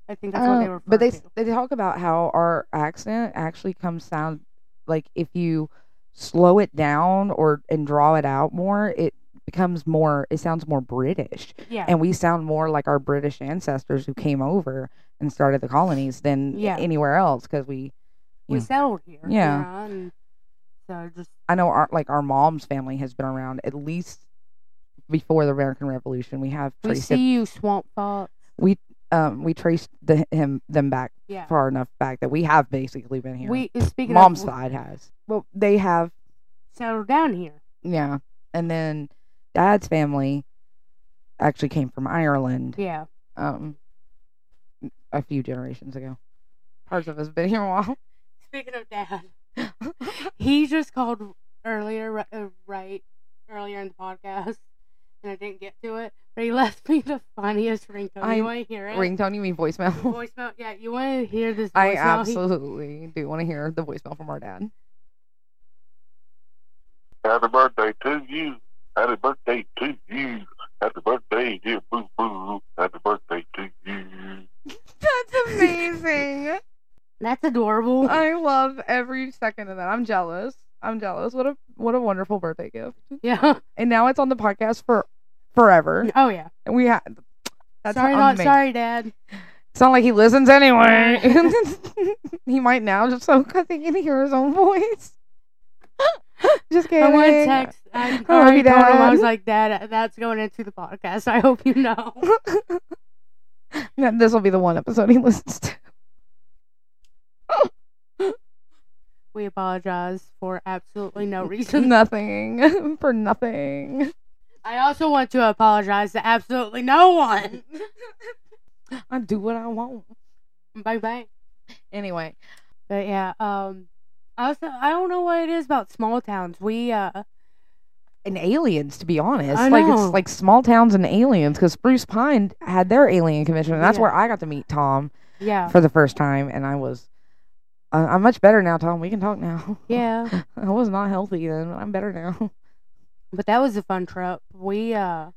[SPEAKER 3] I think that's what they
[SPEAKER 2] Uh,
[SPEAKER 3] were.
[SPEAKER 2] But they they talk about how our accent actually comes sound like if you slow it down or and draw it out more, it becomes more. It sounds more British,
[SPEAKER 3] yeah.
[SPEAKER 2] and we sound more like our British ancestors who came over and started the colonies than
[SPEAKER 3] Yeah.
[SPEAKER 2] anywhere else because we.
[SPEAKER 3] we
[SPEAKER 2] Yeah.
[SPEAKER 3] settled here. you
[SPEAKER 2] Yeah.
[SPEAKER 3] know, and so just
[SPEAKER 2] I know our like our mom's family has been around at least before the American Revolution. We have
[SPEAKER 3] we
[SPEAKER 2] traced it-
[SPEAKER 3] see you, swamp fox.
[SPEAKER 2] um we traced the him them back
[SPEAKER 3] Yeah.
[SPEAKER 2] far enough back that we have basically been here.
[SPEAKER 3] We speaking
[SPEAKER 2] mom's
[SPEAKER 3] of, we
[SPEAKER 2] side has. Well, they have,
[SPEAKER 3] settled down here.
[SPEAKER 2] yeah. And then dad's family actually came from Ireland
[SPEAKER 3] Yeah.
[SPEAKER 2] um a few generations ago. Parts of us been here a [laughs] while.
[SPEAKER 3] Speaking
[SPEAKER 2] [laughs]
[SPEAKER 3] of dad, he just called earlier, ri- uh, right earlier in the podcast, and I didn't get to it. But he [laughs] left me the funniest ringtone.
[SPEAKER 2] I-
[SPEAKER 3] you want to hear it?
[SPEAKER 2] Ringtone, you mean [laughs] voicemail?
[SPEAKER 3] [laughs] voicemail. Yeah, you want to hear this? Voicemail?
[SPEAKER 2] I
[SPEAKER 3] He-
[SPEAKER 2] absolutely do want to hear the voicemail from our dad.
[SPEAKER 4] Happy birthday to you. Happy birthday to you. Happy birthday, dear Boo Boo. Happy birthday to you.
[SPEAKER 2] That's amazing.
[SPEAKER 3] That's adorable.
[SPEAKER 2] [laughs] I love every second of that. I'm jealous. I'm jealous. What a what a wonderful birthday gift.
[SPEAKER 3] [laughs] yeah.
[SPEAKER 2] And now it's on the podcast for forever.
[SPEAKER 3] Oh yeah.
[SPEAKER 2] And we have that's
[SPEAKER 3] sorry, not
[SPEAKER 2] amazing.
[SPEAKER 3] sorry, Dad.
[SPEAKER 2] It's not like he listens anyway. [laughs] he might now just so because he can hear his own voice. [laughs] just kidding.
[SPEAKER 3] I want to text. I
[SPEAKER 2] All
[SPEAKER 3] already
[SPEAKER 2] right,
[SPEAKER 3] told him. I
[SPEAKER 2] Dad.
[SPEAKER 3] was like, Dad, that's going into the podcast. I hope you [laughs] know.
[SPEAKER 2] No, this will be the one episode he [laughs] listens to.
[SPEAKER 3] We apologize for
[SPEAKER 2] [laughs]
[SPEAKER 3] absolutely [laughs] no reason.
[SPEAKER 2] nothing. [laughs] For nothing.
[SPEAKER 3] I also want to apologize to absolutely no [laughs] one.
[SPEAKER 2] I do what I want.
[SPEAKER 3] bye bye.
[SPEAKER 2] Anyway.
[SPEAKER 3] But yeah, um, I also I don't know what it is about small towns. We uh,
[SPEAKER 2] And aliens, to be honest.
[SPEAKER 3] I
[SPEAKER 2] like
[SPEAKER 3] know.
[SPEAKER 2] it's like small towns and aliens, because Bruce Pine had their alien convention, and that's
[SPEAKER 3] Yeah.
[SPEAKER 2] where I got to meet Tom
[SPEAKER 3] [laughs] yeah,
[SPEAKER 2] for the first time, and I was I- I'm much better now, Tom. We can talk now.
[SPEAKER 3] yeah.
[SPEAKER 2] [laughs] I was not healthy then, but I'm better now.
[SPEAKER 3] But that was a fun trip. We uh,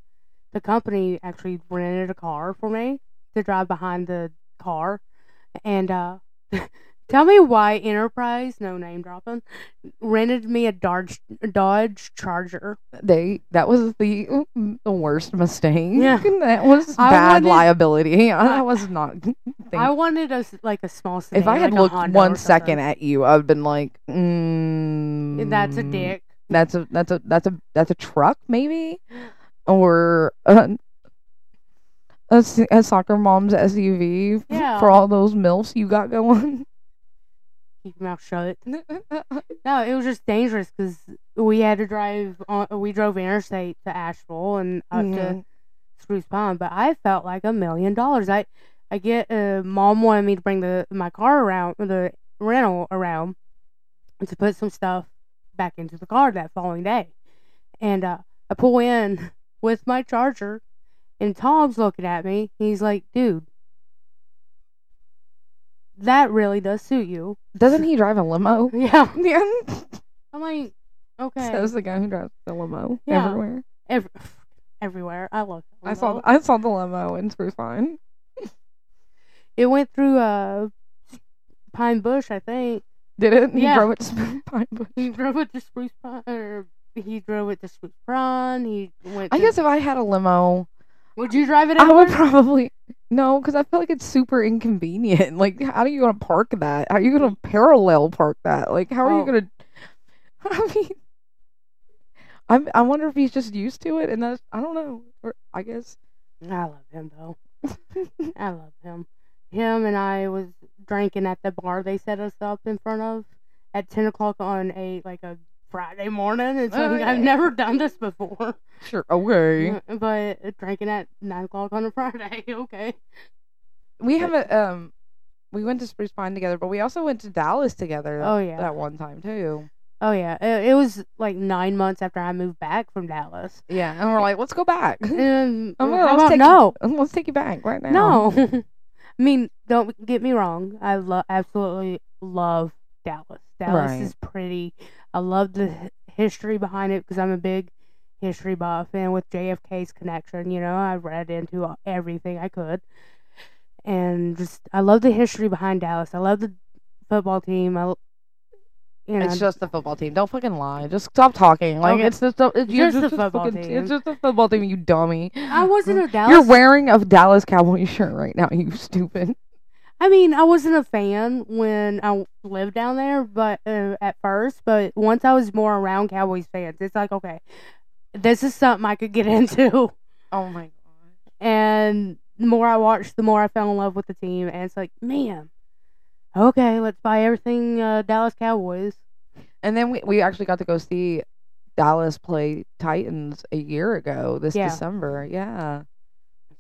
[SPEAKER 3] the company actually rented a car for me to drive behind the car, and uh, [laughs] Tell me why Enterprise, no name dropping, rented me a Dodge Dodge Charger.
[SPEAKER 2] They that was the, the worst mistake.
[SPEAKER 3] Yeah.
[SPEAKER 2] [laughs] that was
[SPEAKER 3] I
[SPEAKER 2] bad
[SPEAKER 3] wanted-
[SPEAKER 2] liability. [laughs]
[SPEAKER 3] I-
[SPEAKER 2] that was not.
[SPEAKER 3] [laughs] I wanted a s- like a small sedan.
[SPEAKER 2] if I had
[SPEAKER 3] like a
[SPEAKER 2] looked
[SPEAKER 3] Honda or
[SPEAKER 2] one
[SPEAKER 3] something.
[SPEAKER 2] second at you, I've been like, mm,
[SPEAKER 3] that's a dick.
[SPEAKER 2] That's a that's a that's a that's a truck maybe, or a, a, s- a soccer mom's SUV
[SPEAKER 3] Yeah.
[SPEAKER 2] for all those milfs you got
[SPEAKER 3] [laughs]
[SPEAKER 2] going.
[SPEAKER 3] Keep your mouth shut. No, it was just dangerous because we had to drive. On, we drove interstate to Asheville and up to
[SPEAKER 2] Mhm.
[SPEAKER 3] Spruce Pine, but I felt like a million dollars. I, I get uh, mom wanted me to bring the my car around the rental around to put some stuff back into the car that following day, and uh, I pull in [laughs] with my charger, and Tom's looking at me. He's like, "Dude, that really does suit you." [laughs]
[SPEAKER 2] Doesn't he drive a limo?
[SPEAKER 3] Yeah,
[SPEAKER 2] Yeah,
[SPEAKER 3] I'm like,
[SPEAKER 2] [laughs]
[SPEAKER 3] okay,
[SPEAKER 2] says the guy who drives the limo
[SPEAKER 3] Yeah.
[SPEAKER 2] everywhere.
[SPEAKER 3] Ev- everywhere. I love.
[SPEAKER 2] I saw
[SPEAKER 3] Lenovo.
[SPEAKER 2] I saw the limo in Spruce Pine.
[SPEAKER 3] It went through uh, Pine Bush, I think.
[SPEAKER 2] Did it? He
[SPEAKER 3] Yeah.
[SPEAKER 2] drove it to Spruce [laughs] Pine Bush.
[SPEAKER 3] He drove it to Spruce Pine, or he drove it to Spruce Pine. He went.
[SPEAKER 2] I
[SPEAKER 3] to-
[SPEAKER 2] guess if I had a limo,
[SPEAKER 3] Would you drive it?
[SPEAKER 2] I would
[SPEAKER 3] everywhere?
[SPEAKER 2] probably no, because I feel like it's super inconvenient. [laughs] Like, how are you gonna park that? How are you gonna parallel park that? Like, how are
[SPEAKER 3] Oh.
[SPEAKER 2] you gonna? [laughs] I mean, I'm. I wonder if he's just used to it, and that's. I don't know. Or I guess.
[SPEAKER 3] I love him though.
[SPEAKER 2] [laughs]
[SPEAKER 3] I love him. Him and I was drinking at the bar they set us up in front of at ten o'clock on a like a Friday morning. It's like, I've
[SPEAKER 2] Okay.
[SPEAKER 3] never done this before.
[SPEAKER 2] Sure. Okay.
[SPEAKER 3] [laughs] But drinking at nine o'clock on a Friday, [laughs] okay.
[SPEAKER 2] We have a um. We went to Spruce Pine together, but we also went to Dallas together.
[SPEAKER 3] Oh, yeah.
[SPEAKER 2] that one time too.
[SPEAKER 3] Oh yeah, it, it was like nine months after I moved back
[SPEAKER 2] [laughs]
[SPEAKER 3] from Dallas.
[SPEAKER 2] Yeah, and we're like, let's go [laughs] back.
[SPEAKER 3] Um,
[SPEAKER 2] Oh,
[SPEAKER 3] how
[SPEAKER 2] let's
[SPEAKER 3] about
[SPEAKER 2] take-
[SPEAKER 3] no,
[SPEAKER 2] let's take you back right now. [laughs]
[SPEAKER 3] no. I mean, don't get me wrong. I love, absolutely love Dallas. Dallas
[SPEAKER 2] Right.
[SPEAKER 3] is pretty. I love the h- history behind it because I'm a big history buff, and with JFK's connection, you know, I read into everything I could, and just I love the history behind Dallas. I love the football team. I, l- you know,
[SPEAKER 2] It's just the football team. Don't fucking lie. Just stop talking. Like
[SPEAKER 3] Okay.
[SPEAKER 2] it's just the, it's you're
[SPEAKER 3] Just the
[SPEAKER 2] just, a
[SPEAKER 3] football
[SPEAKER 2] fucking,
[SPEAKER 3] team.
[SPEAKER 2] It's just the football team. You dummy.
[SPEAKER 3] I
[SPEAKER 2] [laughs]
[SPEAKER 3] wasn't a Dallas.
[SPEAKER 2] You're wearing a Dallas Cowboy shirt right now. You stupid.
[SPEAKER 3] I mean, I wasn't a fan when I lived down there, but uh, at first, but once I was more around Cowboys fans, it's like, okay, this is something I could get [laughs] into.
[SPEAKER 2] Oh my god.
[SPEAKER 3] And the more I watched, the more I fell in love with the team, and it's like, man, okay, let's buy everything uh, Dallas Cowboys.
[SPEAKER 2] And then we we actually got to go see Dallas play Titans a year ago this
[SPEAKER 3] Yeah.
[SPEAKER 2] December. Yeah.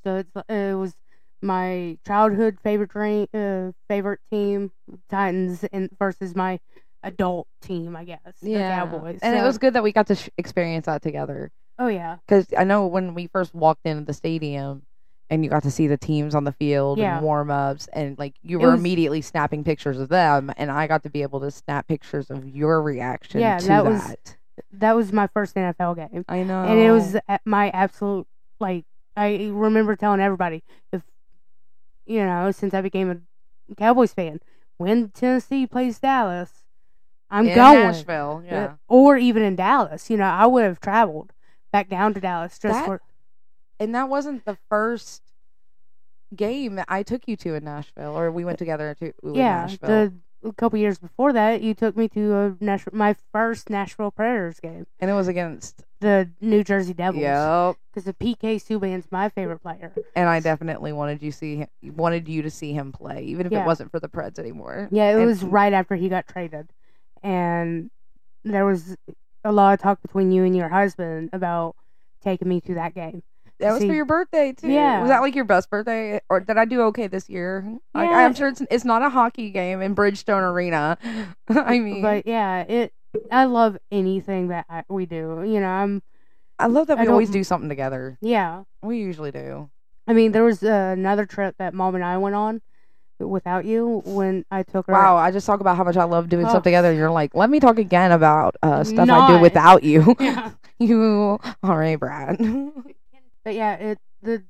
[SPEAKER 3] So it's uh, it was my childhood favorite dream, uh, favorite team, Titans, and versus my adult team, I guess,
[SPEAKER 2] Yeah.
[SPEAKER 3] the Cowboys.
[SPEAKER 2] And it
[SPEAKER 3] So-
[SPEAKER 2] was good that we got to sh- experience that together.
[SPEAKER 3] oh yeah,
[SPEAKER 2] Because I know when we first walked into the stadium and you got to see the teams on the field
[SPEAKER 3] Yeah.
[SPEAKER 2] and warm ups, and like you
[SPEAKER 3] It
[SPEAKER 2] were
[SPEAKER 3] was-
[SPEAKER 2] immediately snapping pictures of them, and I got to be able to snap pictures of your reaction
[SPEAKER 3] Yeah,
[SPEAKER 2] to
[SPEAKER 3] that
[SPEAKER 2] that.
[SPEAKER 3] was- that was my first NFL game.
[SPEAKER 2] I know.
[SPEAKER 3] and it
[SPEAKER 2] Oh.
[SPEAKER 3] was a- my absolute like I remember telling everybody if you know since I became a Cowboys fan when Tennessee plays Dallas I'm
[SPEAKER 2] in
[SPEAKER 3] going Uh,
[SPEAKER 2] Nashville. Yeah.
[SPEAKER 3] or even in Dallas you know I would have traveled back down to Dallas just
[SPEAKER 2] That-
[SPEAKER 3] for
[SPEAKER 2] And that wasn't the first game that I took you to in Nashville, or we went together to we went to
[SPEAKER 3] Uh, yeah
[SPEAKER 2] Nashville.
[SPEAKER 3] the a couple years before that you took me to a Nashville, my first Nashville Predators game
[SPEAKER 2] and it was against
[SPEAKER 3] the New Jersey Devils
[SPEAKER 2] Yep.
[SPEAKER 3] because the PK Subban's my favorite player
[SPEAKER 2] And I definitely wanted you see him, wanted you to see him play, even if
[SPEAKER 3] Yeah.
[SPEAKER 2] it wasn't for the Preds anymore.
[SPEAKER 3] Yeah, it
[SPEAKER 2] And-
[SPEAKER 3] was right after he got traded, and there was a lot of talk between you and your husband about taking me to that game.
[SPEAKER 2] That was
[SPEAKER 3] See-
[SPEAKER 2] for your birthday too.
[SPEAKER 3] Yeah.
[SPEAKER 2] Was that like your best birthday, or did I do okay this year? Like,
[SPEAKER 3] Yeah.
[SPEAKER 2] I'm sure it's it's not a hockey game in Bridgestone Arena. [laughs] I mean,
[SPEAKER 3] but yeah, it. I love anything that I, we do. You know, I'm
[SPEAKER 2] I love that
[SPEAKER 3] I
[SPEAKER 2] we always
[SPEAKER 3] don't-
[SPEAKER 2] do something together.
[SPEAKER 3] yeah.
[SPEAKER 2] We usually do.
[SPEAKER 3] I mean, there was uh, another trip that mom and I went on without you when I took
[SPEAKER 2] [laughs]
[SPEAKER 3] her. [laughs]
[SPEAKER 2] Wow, I just talk about how much I love doing
[SPEAKER 3] Oh.
[SPEAKER 2] stuff together, and you're like, let me talk again about uh, stuff I
[SPEAKER 3] Not.
[SPEAKER 2] do without you.
[SPEAKER 3] [laughs] Yeah.
[SPEAKER 2] [laughs] you, all right, Brad.
[SPEAKER 3] [laughs] But yeah, it the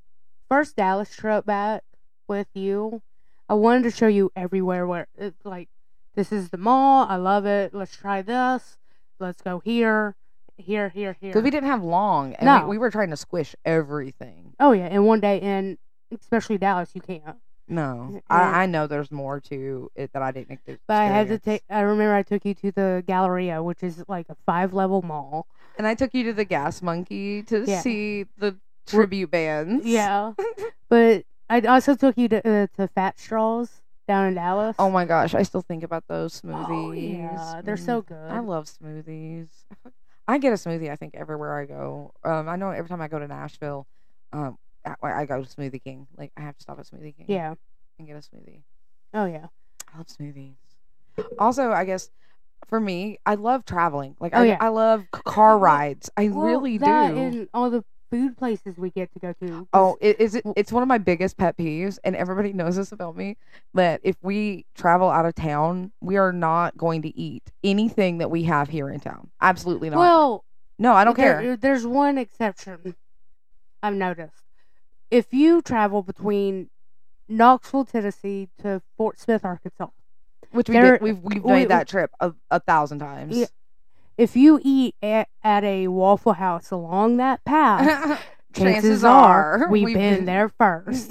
[SPEAKER 3] first Dallas trip back with you. I wanted to show you everywhere where it, like This is the mall. I love it. Let's try this. Let's go here, here, here, here.
[SPEAKER 2] Because we didn't have long, and
[SPEAKER 3] No.
[SPEAKER 2] we, we were trying to squish everything.
[SPEAKER 3] Oh yeah, and one day in especially Dallas, you can't.
[SPEAKER 2] No,
[SPEAKER 3] Yeah.
[SPEAKER 2] I, I know there's more to it that I didn't experience.
[SPEAKER 3] But I had to take. I remember I took you to the Galleria, which is like a five level mall.
[SPEAKER 2] and I took you to the Gas Monkey to
[SPEAKER 3] Yeah.
[SPEAKER 2] see the tribute bands. [laughs]
[SPEAKER 3] Yeah, but I also took you to uh, to Fat Straws down in Dallas.
[SPEAKER 2] Oh my gosh, I still think about those smoothies.
[SPEAKER 3] Oh, yeah, they're so
[SPEAKER 2] Mm.
[SPEAKER 3] good.
[SPEAKER 2] I love smoothies. I get a smoothie. I think everywhere I go. Um, I know every time I go to Nashville, um, I, I go to Smoothie King. Like I have to stop at Smoothie King.
[SPEAKER 3] Yeah.
[SPEAKER 2] and get a smoothie.
[SPEAKER 3] Oh yeah.
[SPEAKER 2] I love smoothies. Also, I guess for me, I love traveling. Like
[SPEAKER 3] Oh,
[SPEAKER 2] I,
[SPEAKER 3] yeah.
[SPEAKER 2] I love c- car rides. I
[SPEAKER 3] Well,
[SPEAKER 2] really do.
[SPEAKER 3] that And all the food places we get to go to. 'cause-
[SPEAKER 2] Oh, it is it,
[SPEAKER 3] w-
[SPEAKER 2] it's one of my biggest pet peeves, and everybody [laughs] knows this about me. That if we travel out of town, we are not going to eat anything that we have here in town. Absolutely not.
[SPEAKER 3] well,
[SPEAKER 2] no, I don't
[SPEAKER 3] there-
[SPEAKER 2] care.
[SPEAKER 3] there's one exception. I've noticed. If you travel between Knoxville, Tennessee, to Fort Smith, Arkansas,
[SPEAKER 2] Which we
[SPEAKER 3] there-
[SPEAKER 2] did, we've we've
[SPEAKER 3] we-
[SPEAKER 2] made that trip a, a thousand times.
[SPEAKER 3] Yeah. if you eat at, at a Waffle House along that path,
[SPEAKER 2] [laughs]
[SPEAKER 3] chances, are, we've, been, there first.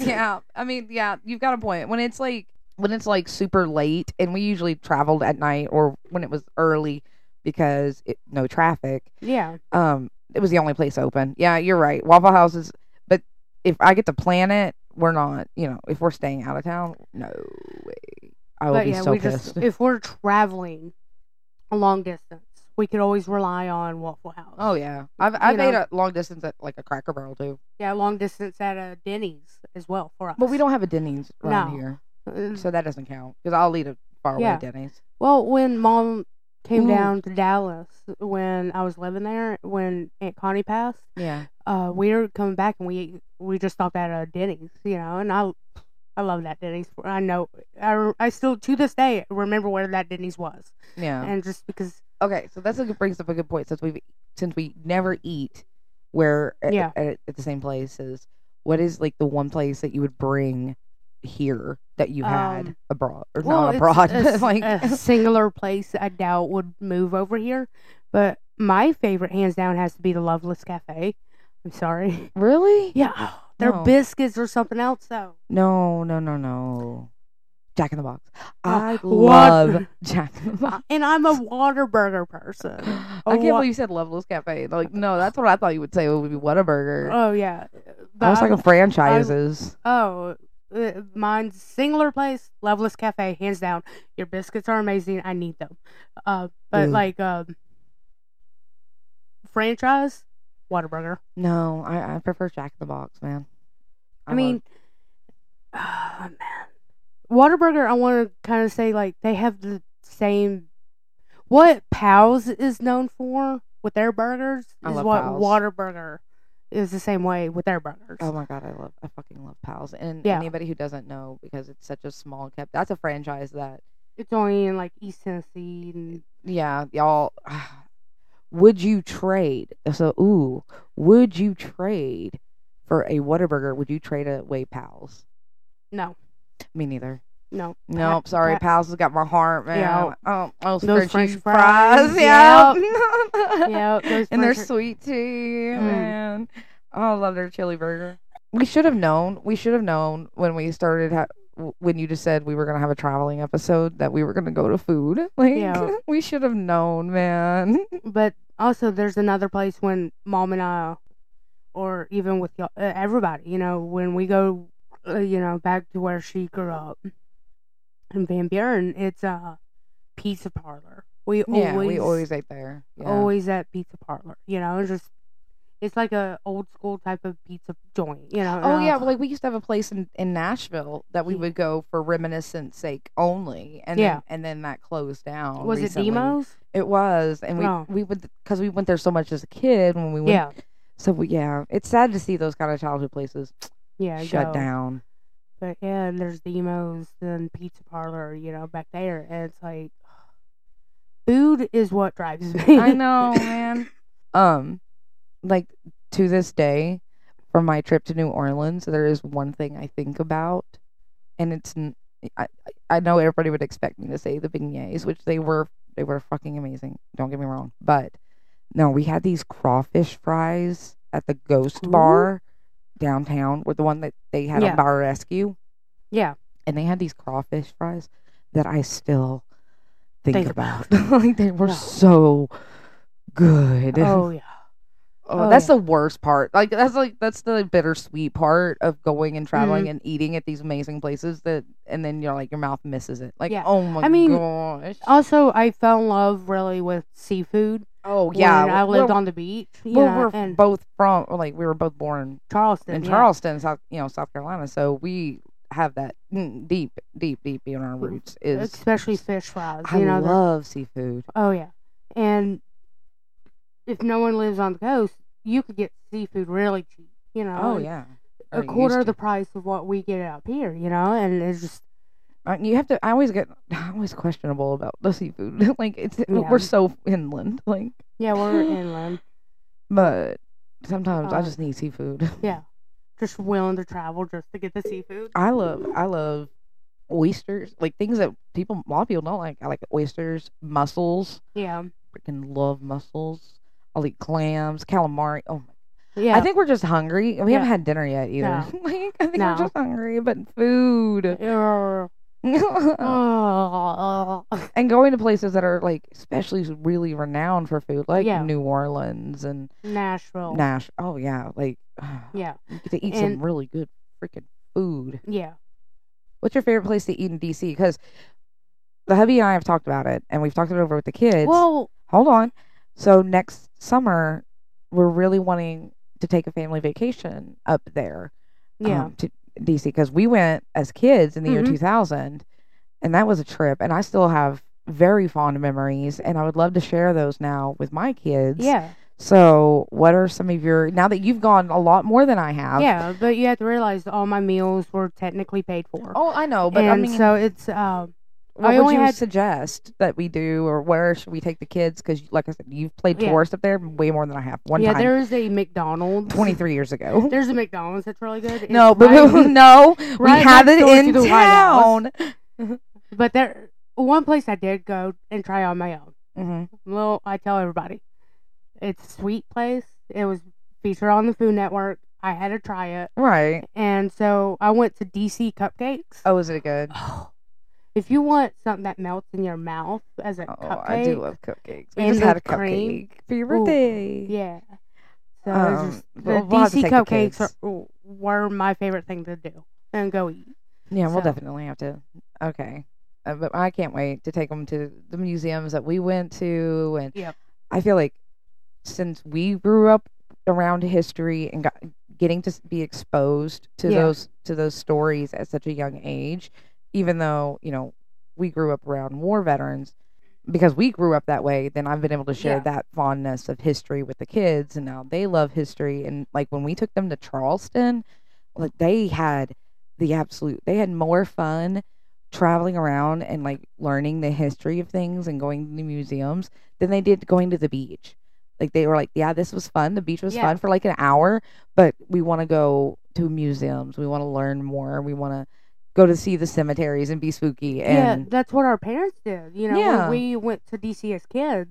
[SPEAKER 2] [laughs]
[SPEAKER 3] [laughs]
[SPEAKER 2] yeah, I mean, yeah, you've got a point. When it's like when it's like super late, and we usually traveled at night or when it was early because it, no traffic.
[SPEAKER 3] Yeah.
[SPEAKER 2] um it was the only place open yeah you're right waffle house is but if i get to plan it we're not you know if we're staying out of town no way i will
[SPEAKER 3] but
[SPEAKER 2] be
[SPEAKER 3] yeah,
[SPEAKER 2] so
[SPEAKER 3] we
[SPEAKER 2] pissed
[SPEAKER 3] just if we're traveling a long distance, we could always rely on Waffle House.
[SPEAKER 2] oh yeah i've, I've
[SPEAKER 3] know.
[SPEAKER 2] made a long distance at like a cracker barrel too
[SPEAKER 3] Yeah, long distance at a Denny's as well for us.
[SPEAKER 2] but we don't have a denny's around
[SPEAKER 3] No.
[SPEAKER 2] here
[SPEAKER 3] Uh,
[SPEAKER 2] so that doesn't count because i'll eat a faraway
[SPEAKER 3] Yeah.
[SPEAKER 2] denny's
[SPEAKER 3] Well, when mom came
[SPEAKER 2] Ooh.
[SPEAKER 3] down to Dallas when I was living there, when Aunt Connie passed,
[SPEAKER 2] yeah
[SPEAKER 3] uh, we were coming back and we we just stopped at a Denny's, you know, and I I love that Denny's. I know I, I still to this day remember where that Denny's was,
[SPEAKER 2] yeah
[SPEAKER 3] and just because
[SPEAKER 2] okay so that's a good, brings up a good point since we since we never eat where at,
[SPEAKER 3] Yeah.
[SPEAKER 2] at, at the same places what is like the one place that you would bring here that you had
[SPEAKER 3] Um,
[SPEAKER 2] abroad or
[SPEAKER 3] well,
[SPEAKER 2] not
[SPEAKER 3] it's
[SPEAKER 2] abroad [laughs]
[SPEAKER 3] a,
[SPEAKER 2] but
[SPEAKER 3] s-
[SPEAKER 2] like
[SPEAKER 3] a singular place I doubt would move over here, but my favorite hands down has to be the Loveless Cafe. I'm sorry.
[SPEAKER 2] really [gasps]
[SPEAKER 3] Yeah, their
[SPEAKER 2] No.
[SPEAKER 3] biscuits or something else though.
[SPEAKER 2] no no no no jack in the box i
[SPEAKER 3] Uh, what? Uh,
[SPEAKER 2] love jack in the
[SPEAKER 3] [laughs]
[SPEAKER 2] box
[SPEAKER 3] and I'm a Waterburger
[SPEAKER 2] [gasps]
[SPEAKER 3] person.
[SPEAKER 2] I
[SPEAKER 3] Oh,
[SPEAKER 2] can't
[SPEAKER 3] wha-
[SPEAKER 2] believe you said Loveless Cafe. Like, no, that's what I thought you would say. It would be Whataburger.
[SPEAKER 3] Oh yeah,
[SPEAKER 2] I was
[SPEAKER 3] But
[SPEAKER 2] talking franchises.
[SPEAKER 3] oh, uh, mine's singular place, Loveless Cafe, hands down. Your biscuits are amazing. I need them. Uh, but
[SPEAKER 2] Mm.
[SPEAKER 3] like um, franchise, Waterburger.
[SPEAKER 2] no, I, I prefer Jack in the Box, man.
[SPEAKER 3] I,
[SPEAKER 2] love-
[SPEAKER 3] mean, ah, man, Waterburger. I want to kind of say like they have the same. What Pals is known for with their burgers
[SPEAKER 2] I
[SPEAKER 3] is
[SPEAKER 2] love
[SPEAKER 3] what
[SPEAKER 2] Pals.
[SPEAKER 3] Waterburger is the same way with their burgers.
[SPEAKER 2] Oh my god, I love, I fucking love Pals, and
[SPEAKER 3] Yeah.
[SPEAKER 2] anybody who doesn't know because it's such a small kept. That's a franchise that,
[SPEAKER 3] It's only in like East Tennessee and
[SPEAKER 2] yeah, y'all. [sighs] would you trade? So, ooh, would you trade for a Whataburger? Would you trade away Pals?
[SPEAKER 3] no,
[SPEAKER 2] Me neither.
[SPEAKER 3] no,
[SPEAKER 2] Nope,
[SPEAKER 3] Pa-
[SPEAKER 2] sorry,
[SPEAKER 3] pa-
[SPEAKER 2] Pals has got my heart, man.
[SPEAKER 3] Yeah.
[SPEAKER 2] Oh, those,
[SPEAKER 3] Those
[SPEAKER 2] French
[SPEAKER 3] French fries,
[SPEAKER 2] fries, yeah, yeah, [laughs]
[SPEAKER 3] yeah, those
[SPEAKER 2] and their
[SPEAKER 3] French-
[SPEAKER 2] sweet tea,
[SPEAKER 3] Mm.
[SPEAKER 2] man. Oh, I love their chili burger. We should have known. We should have known when we started. Ha- w- when you just said we were gonna have a traveling episode that we were gonna go to food. [laughs] Like
[SPEAKER 3] Yeah.
[SPEAKER 2] we should have known, man.
[SPEAKER 3] But also, there's another place when mom and I, or even with y'all, uh, everybody, you know, when we go, uh, you know, back to where she grew up in Van Buren, it's a pizza parlor. We
[SPEAKER 2] yeah,
[SPEAKER 3] always,
[SPEAKER 2] we always ate there. Yeah.
[SPEAKER 3] always at pizza parlor. You know, it's just it's like a old school type of pizza joint. You know. uh, and
[SPEAKER 2] Oh
[SPEAKER 3] I-
[SPEAKER 2] yeah, well, like we used to have a place in, in Nashville that we
[SPEAKER 3] Yeah.
[SPEAKER 2] would go for reminiscence sake only, and
[SPEAKER 3] Hmm. Yeah.
[SPEAKER 2] then, and then that closed down.
[SPEAKER 3] was it
[SPEAKER 2] recently.
[SPEAKER 3] Demos?
[SPEAKER 2] It was, and we
[SPEAKER 3] Oh.
[SPEAKER 2] we would because we went there so much as a kid when we went.
[SPEAKER 3] Yeah,
[SPEAKER 2] So we, yeah, it's sad to see those kind of childhood places
[SPEAKER 3] yeah.
[SPEAKER 2] shut
[SPEAKER 3] go.
[SPEAKER 2] down.
[SPEAKER 3] But yeah, and there's demos, then pizza parlor, you know, back there, and it's like [sighs] food is what drives
[SPEAKER 2] [laughs]
[SPEAKER 3] [laughs] me.
[SPEAKER 2] I know, man. Um, like to this day, from my trip to New Orleans, there is one thing I think about, and it's n- I I know everybody would expect me to say the beignets, which they were they were fucking amazing. Don't get me wrong, but no, we had these crawfish fries at the Ghost
[SPEAKER 3] Ooh.
[SPEAKER 2] Bar downtown, with the one that they had
[SPEAKER 3] Yeah.
[SPEAKER 2] on Bar Rescue, [laughs]
[SPEAKER 3] Yeah.
[SPEAKER 2] and they had these crawfish fries that I still think,
[SPEAKER 3] Think
[SPEAKER 2] about. [laughs]
[SPEAKER 3] about.
[SPEAKER 2] like they were
[SPEAKER 3] No.
[SPEAKER 2] so good. [laughs]
[SPEAKER 3] Oh yeah.
[SPEAKER 2] Oh,
[SPEAKER 3] Oh,
[SPEAKER 2] that's
[SPEAKER 3] yeah.
[SPEAKER 2] the worst part. Like that's like that's the bittersweet part of going and traveling and eating at these amazing places that and then you're like your mouth misses it. Like
[SPEAKER 3] Yeah.
[SPEAKER 2] oh my
[SPEAKER 3] I mean,
[SPEAKER 2] gosh.
[SPEAKER 3] Also, I fell in love really with seafood.
[SPEAKER 2] oh yeah.
[SPEAKER 3] when I
[SPEAKER 2] we're-
[SPEAKER 3] lived on the beach. You
[SPEAKER 2] well,
[SPEAKER 3] know,
[SPEAKER 2] we're
[SPEAKER 3] and
[SPEAKER 2] both from or, like we were both born
[SPEAKER 3] Charleston.
[SPEAKER 2] in
[SPEAKER 3] yeah.
[SPEAKER 2] Charleston, South you know, South Carolina. So we have that mm, deep, deep, deep in our roots is
[SPEAKER 3] especially fish fries.
[SPEAKER 2] I
[SPEAKER 3] You know, they're-
[SPEAKER 2] love seafood.
[SPEAKER 3] oh yeah. And if no one lives on the coast, you could get seafood really cheap. You know,
[SPEAKER 2] Oh
[SPEAKER 3] and
[SPEAKER 2] yeah. Or
[SPEAKER 3] a
[SPEAKER 2] you
[SPEAKER 3] quarter
[SPEAKER 2] used
[SPEAKER 3] of the
[SPEAKER 2] to.
[SPEAKER 3] price of what we get up here. You know, and it's just
[SPEAKER 2] Uh, You have to. I always get. [laughs] I'm always questionable about the seafood. [laughs] like it's
[SPEAKER 3] Yeah.
[SPEAKER 2] we're so inland. Like [laughs]
[SPEAKER 3] yeah, we're inland.
[SPEAKER 2] but sometimes I
[SPEAKER 3] Uh,
[SPEAKER 2] just need seafood. [laughs]
[SPEAKER 3] Yeah, just willing to travel just to get the seafood.
[SPEAKER 2] I love I love oysters, like things that people a lot of people don't like. I like oysters, mussels.
[SPEAKER 3] Yeah,
[SPEAKER 2] Freaking love mussels. I'll eat clams, calamari. Oh, my-
[SPEAKER 3] yeah.
[SPEAKER 2] I think we're just hungry. We
[SPEAKER 3] Yeah.
[SPEAKER 2] haven't had dinner yet either.
[SPEAKER 3] No.
[SPEAKER 2] [laughs] like, I think
[SPEAKER 3] No.
[SPEAKER 2] we're just hungry, but food [laughs]
[SPEAKER 3] Err. Oh,
[SPEAKER 2] and going to places that are like especially really renowned for food, like
[SPEAKER 3] Yeah.
[SPEAKER 2] New Orleans and
[SPEAKER 3] [laughs] Nashville.
[SPEAKER 2] Nash. Oh yeah, like [sighs]
[SPEAKER 3] Yeah,
[SPEAKER 2] you get to eat some
[SPEAKER 3] And-
[SPEAKER 2] really good freaking food.
[SPEAKER 3] yeah,
[SPEAKER 2] What's your favorite place to eat in DC? Because the hubby and I have talked about it, and we've talked it over with the kids.
[SPEAKER 3] well,
[SPEAKER 2] Hold on. So next summer, we're really wanting to take a family vacation up there
[SPEAKER 3] yeah,
[SPEAKER 2] um, to DC because we went as kids in the year
[SPEAKER 3] Mhm.
[SPEAKER 2] 2000, and that was a trip. And I still have very fond memories, and I would love to share those now with my kids.
[SPEAKER 3] yeah.
[SPEAKER 2] So, what are some of your now that you've gone a lot more than I have?
[SPEAKER 3] Yeah, but you have to realize that all my meals were technically paid for.
[SPEAKER 2] Oh, I know, but
[SPEAKER 3] and
[SPEAKER 2] I mean,
[SPEAKER 3] so it's um,
[SPEAKER 2] what
[SPEAKER 3] I
[SPEAKER 2] would
[SPEAKER 3] only
[SPEAKER 2] you
[SPEAKER 3] had-
[SPEAKER 2] suggest that we do, or where should we take the kids? Because, like I said, you've played
[SPEAKER 3] Yeah.
[SPEAKER 2] tourist up there way more than I have. One
[SPEAKER 3] yeah,
[SPEAKER 2] time,
[SPEAKER 3] there's a McDonald's.
[SPEAKER 2] twenty three years
[SPEAKER 3] [laughs]
[SPEAKER 2] ago.
[SPEAKER 3] There's a McDonald's that's really good. It's
[SPEAKER 2] No, but
[SPEAKER 3] right-
[SPEAKER 2] [laughs] no,
[SPEAKER 3] [laughs]
[SPEAKER 2] we
[SPEAKER 3] right
[SPEAKER 2] have
[SPEAKER 3] next
[SPEAKER 2] it
[SPEAKER 3] door to
[SPEAKER 2] in
[SPEAKER 3] the White House.
[SPEAKER 2] town.
[SPEAKER 3] But there, one place I did go and try on my own.
[SPEAKER 2] hmm
[SPEAKER 3] Well, I tell everybody, it's a sweet place. It was featured on the Food Network. I had to try it,
[SPEAKER 2] Right?
[SPEAKER 3] and so I went to DC Cupcakes.
[SPEAKER 2] Oh, is it good?
[SPEAKER 3] If you want something that melts in your mouth as a
[SPEAKER 2] Oh,
[SPEAKER 3] cupcake,
[SPEAKER 2] I do love cupcakes. We
[SPEAKER 3] and
[SPEAKER 2] just had a
[SPEAKER 3] the cream.
[SPEAKER 2] cupcake for your
[SPEAKER 3] Ooh,
[SPEAKER 2] birthday.
[SPEAKER 3] Yeah. So it's
[SPEAKER 2] Um,
[SPEAKER 3] just,
[SPEAKER 2] we'll-
[SPEAKER 3] the
[SPEAKER 2] we'll have to
[SPEAKER 3] DC
[SPEAKER 2] take the
[SPEAKER 3] cupcakes
[SPEAKER 2] kids.
[SPEAKER 3] are, were my favorite thing to do and go eat.
[SPEAKER 2] Yeah, we'll
[SPEAKER 3] So-
[SPEAKER 2] definitely have to. Okay. Uh, but I can't wait to take them to the museums that we went to. And
[SPEAKER 3] Yep.
[SPEAKER 2] I feel like since we grew up around history and got, getting to s- be exposed to
[SPEAKER 3] Yeah.
[SPEAKER 2] those to those stories at such a young age, even though, you know, we grew up around war veterans, because we grew up that way, then I've been able to share
[SPEAKER 3] Yeah.
[SPEAKER 2] that fondness of history with the kids, and now they love history. And like when we took them to Charleston, like they had the absolute, they had more fun traveling around and like learning the history of things and going to the museums than they did going to the beach. Like they were like, yeah, this was fun. The beach was
[SPEAKER 3] Yeah.
[SPEAKER 2] fun for like an hour, but we want to go to museums. We want to learn more. We want to go to see the cemeteries and be spooky.
[SPEAKER 3] yeah,
[SPEAKER 2] And
[SPEAKER 3] that's what our parents did. You know, when
[SPEAKER 2] Yeah.
[SPEAKER 3] we went to DC as kids.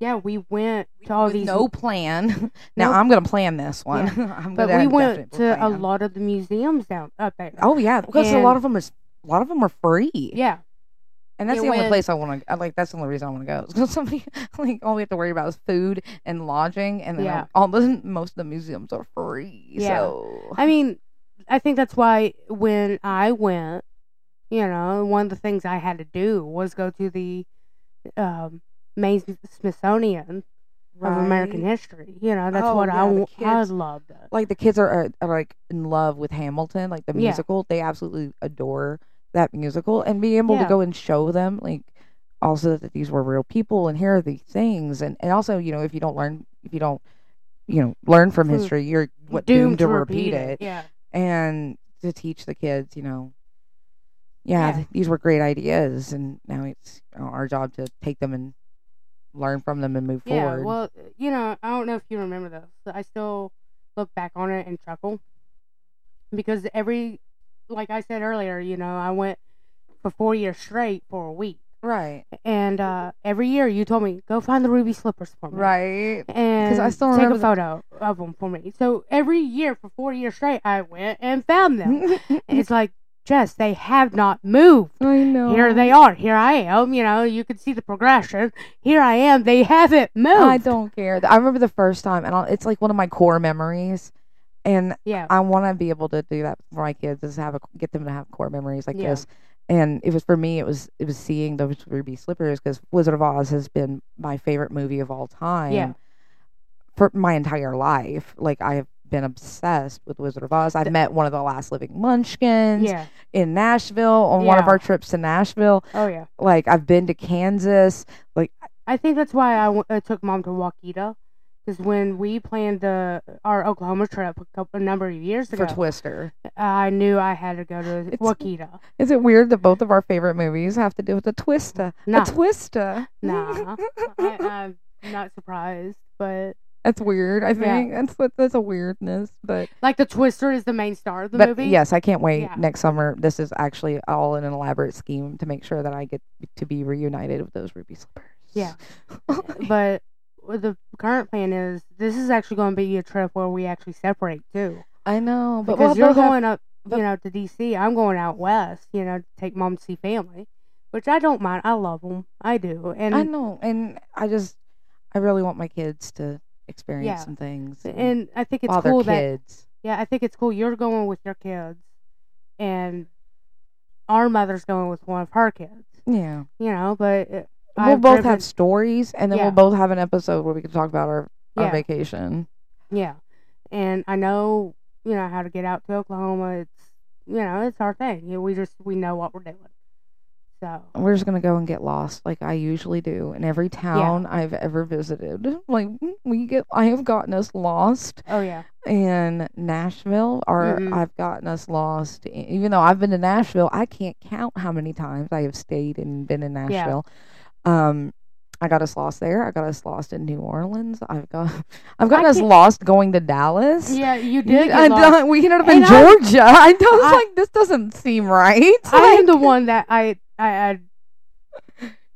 [SPEAKER 3] Yeah, we went to all
[SPEAKER 2] with
[SPEAKER 3] these.
[SPEAKER 2] no plan. [laughs] Now
[SPEAKER 3] No-
[SPEAKER 2] I'm gonna plan this one. [laughs] I'm
[SPEAKER 3] but
[SPEAKER 2] gonna
[SPEAKER 3] we
[SPEAKER 2] have
[SPEAKER 3] went
[SPEAKER 2] definite
[SPEAKER 3] to a
[SPEAKER 2] plan.
[SPEAKER 3] lot of the museums down up there.
[SPEAKER 2] Oh yeah, because a lot
[SPEAKER 3] and-
[SPEAKER 2] of them is a lot of them are free.
[SPEAKER 3] Yeah,
[SPEAKER 2] and that's
[SPEAKER 3] it
[SPEAKER 2] the only
[SPEAKER 3] went-
[SPEAKER 2] place I want to. Like that's the only reason I want to go. [laughs] Because somebody like all we have to worry about is food and lodging, and then
[SPEAKER 3] Yeah.
[SPEAKER 2] all the [laughs] most of the museums are free.
[SPEAKER 3] Yeah.
[SPEAKER 2] So
[SPEAKER 3] I mean, I think that's why when I went, you know, one of the things I had to do was go to the um, Maine Smithsonian of American
[SPEAKER 2] Right.
[SPEAKER 3] history. You know, that's
[SPEAKER 2] Oh,
[SPEAKER 3] what
[SPEAKER 2] yeah,
[SPEAKER 3] I
[SPEAKER 2] the
[SPEAKER 3] w- I
[SPEAKER 2] kids-
[SPEAKER 3] loved. It.
[SPEAKER 2] like the kids are, are, are like in love with Hamilton, like the
[SPEAKER 3] Yeah.
[SPEAKER 2] musical. They absolutely adore that musical, and being able to
[SPEAKER 3] Yeah.
[SPEAKER 2] go and show them like also that these were real people and here are these things, and and also you know if you don't learn if you don't you know learn from
[SPEAKER 3] Hmm.
[SPEAKER 2] history, you're what doomed, to, repeat it,
[SPEAKER 3] Yeah,
[SPEAKER 2] and to teach the kids, you know. Yeah,
[SPEAKER 3] Yeah.
[SPEAKER 2] th- these were great ideas, and now it's you know, our job to take them and learn from them and move
[SPEAKER 3] yeah.
[SPEAKER 2] forward.
[SPEAKER 3] Well, you know, I don't know if you remember this, but I still look back on it and chuckle because every, like I said earlier, you know, I went for four years straight for a week.
[SPEAKER 2] Right.
[SPEAKER 3] And uh, every year you told me, go find the ruby slippers for me.
[SPEAKER 2] Right.
[SPEAKER 3] And
[SPEAKER 2] 'Cause I still
[SPEAKER 3] take
[SPEAKER 2] remember
[SPEAKER 3] a
[SPEAKER 2] the-
[SPEAKER 3] photo of them for me. So every year for four years straight, I went and found them.
[SPEAKER 2] [laughs]
[SPEAKER 3] And it's like, Jess, they have not moved.
[SPEAKER 2] I know.
[SPEAKER 3] Here they are. Here I am. You know, you can see the progression. Here I am. They haven't moved.
[SPEAKER 2] I don't care. I remember the first time, and I'll, it's like one of my core memories. And
[SPEAKER 3] Yeah.
[SPEAKER 2] I want to be able to do that for my kids is have a, get them to have core memories like
[SPEAKER 3] Yeah.
[SPEAKER 2] this. And it was for me, it was it was seeing those ruby slippers because Wizard of Oz has been my favorite movie of all time.
[SPEAKER 3] Yeah.
[SPEAKER 2] For my entire life, like I have been obsessed with Wizard of Oz. I
[SPEAKER 3] Th-
[SPEAKER 2] met one of the last living Munchkins
[SPEAKER 3] Yeah.
[SPEAKER 2] in Nashville on one of
[SPEAKER 3] Yeah.
[SPEAKER 2] our trips to Nashville.
[SPEAKER 3] Oh, yeah.
[SPEAKER 2] Like I've been to Kansas.
[SPEAKER 3] I think that's why I w- uh, took mom to Waukita. Because when we planned the our Oklahoma trip a, couple, a number of years ago,
[SPEAKER 2] For Twister,
[SPEAKER 3] I knew I had to go to
[SPEAKER 2] It's-
[SPEAKER 3] Waukita.
[SPEAKER 2] is it weird that both of our favorite movies have to do with a Twista? A
[SPEAKER 3] Nah.
[SPEAKER 2] Twista.
[SPEAKER 3] Nah. I, I'm not surprised, but
[SPEAKER 2] [laughs] That's weird. I
[SPEAKER 3] Yeah.
[SPEAKER 2] think that's what that's a weirdness, but
[SPEAKER 3] like the Twister is the main star of the
[SPEAKER 2] but
[SPEAKER 3] movie.
[SPEAKER 2] yes, I can't wait
[SPEAKER 3] Yeah.
[SPEAKER 2] next summer. This is actually all in an elaborate scheme to make sure that I get to be reunited with those ruby slippers. [laughs]
[SPEAKER 3] Yeah. But the current plan is this is actually going to be a trip where we actually separate too.
[SPEAKER 2] I know, but
[SPEAKER 3] because
[SPEAKER 2] we'll
[SPEAKER 3] you're
[SPEAKER 2] both have-
[SPEAKER 3] going up,
[SPEAKER 2] but-
[SPEAKER 3] you know, to DC. I'm going out west, you know, to take mom to see family, which I don't mind. I love them. I do. And
[SPEAKER 2] I know, and I just I really want my kids to experience
[SPEAKER 3] Yeah.
[SPEAKER 2] some things
[SPEAKER 3] and I think it's
[SPEAKER 2] while
[SPEAKER 3] cool
[SPEAKER 2] they're
[SPEAKER 3] that
[SPEAKER 2] kids.
[SPEAKER 3] yeah, I think it's cool you're going with your kids, and our mother's going with one of her kids.
[SPEAKER 2] yeah,
[SPEAKER 3] You know, but uh,
[SPEAKER 2] we'll
[SPEAKER 3] I've
[SPEAKER 2] both
[SPEAKER 3] driven-
[SPEAKER 2] have stories, and then
[SPEAKER 3] Yeah.
[SPEAKER 2] we'll both have an episode where we can talk about our,
[SPEAKER 3] yeah,
[SPEAKER 2] our vacation.
[SPEAKER 3] yeah, and I know you know how to get out to Oklahoma. It's you know it's our thing. You know, we just we know what we're doing. So
[SPEAKER 2] we're just gonna go and get lost like I usually do in every town I've ever visited. [laughs] Like we get, I have gotten us lost
[SPEAKER 3] oh yeah,
[SPEAKER 2] in Nashville, or
[SPEAKER 3] Mhm.
[SPEAKER 2] I've gotten us lost. in- Even though I've been to Nashville, I can't count how many times I have stayed and been in Nashville. Um, I got us lost there. I got us lost in New Orleans. I've got, [laughs] I've gotten us
[SPEAKER 3] can't-
[SPEAKER 2] lost going to Dallas.
[SPEAKER 3] yeah you did.
[SPEAKER 2] I
[SPEAKER 3] Get lost.
[SPEAKER 2] don't- we ended up in
[SPEAKER 3] And I-
[SPEAKER 2] Georgia. [laughs] I was
[SPEAKER 3] I-
[SPEAKER 2] like, this doesn't seem right.
[SPEAKER 3] I
[SPEAKER 2] [laughs]
[SPEAKER 3] am
[SPEAKER 2] Like,
[SPEAKER 3] the one that I I I,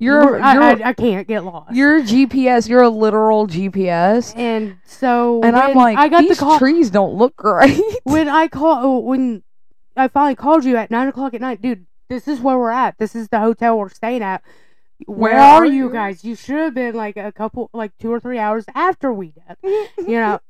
[SPEAKER 2] you're,
[SPEAKER 3] I,
[SPEAKER 2] you're
[SPEAKER 3] I, I can't get lost.
[SPEAKER 2] You're GPS. You're a literal GPS.
[SPEAKER 3] and so
[SPEAKER 2] And I'm
[SPEAKER 3] when
[SPEAKER 2] like,
[SPEAKER 3] I got
[SPEAKER 2] these
[SPEAKER 3] the call
[SPEAKER 2] trees don't look right.
[SPEAKER 3] when I call oh, when I finally called you at nine o'clock at night, dude. This is where we're at. This is the hotel we're staying at. Where,
[SPEAKER 2] Where
[SPEAKER 3] are
[SPEAKER 2] are
[SPEAKER 3] you
[SPEAKER 2] you?
[SPEAKER 3] guys? You should have been like a couple, like two or three hours after we
[SPEAKER 2] [laughs]
[SPEAKER 3] did. You know,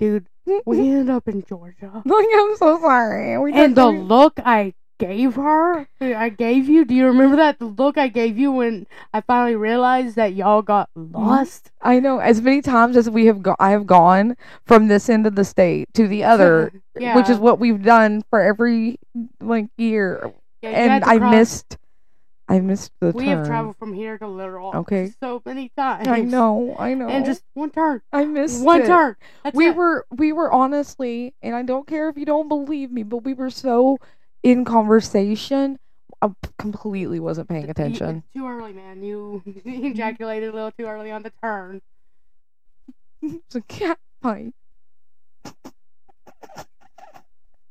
[SPEAKER 3] dude, [laughs] we ended up in
[SPEAKER 2] [laughs]
[SPEAKER 3] Georgia,
[SPEAKER 2] like, I'm so sorry. We
[SPEAKER 3] and the
[SPEAKER 2] don't-
[SPEAKER 3] look I gave her, I gave you. Do you remember that the look I gave you when I finally realized that y'all got lost?
[SPEAKER 2] I know as many times as we have go- I have gone from this end of the state to the [laughs] other,
[SPEAKER 3] [laughs] yeah.
[SPEAKER 2] which is what we've done for every like year.
[SPEAKER 3] Yeah, you had
[SPEAKER 2] And
[SPEAKER 3] to
[SPEAKER 2] I
[SPEAKER 3] cross-
[SPEAKER 2] missed, I missed the
[SPEAKER 3] We
[SPEAKER 2] turn.
[SPEAKER 3] have traveled from here to literal
[SPEAKER 2] Okay.
[SPEAKER 3] so many times.
[SPEAKER 2] I know, I know.
[SPEAKER 3] And just one turn.
[SPEAKER 2] I missed
[SPEAKER 3] One
[SPEAKER 2] it.
[SPEAKER 3] turn. That's
[SPEAKER 2] we
[SPEAKER 3] it.
[SPEAKER 2] were we were honestly and i don't care if you don't believe me but we were so in conversation i p- completely wasn't paying
[SPEAKER 3] You-
[SPEAKER 2] attention
[SPEAKER 3] [laughs] too early, man. You [laughs] ejaculated a little too early on the turn.
[SPEAKER 2] it's a cat fight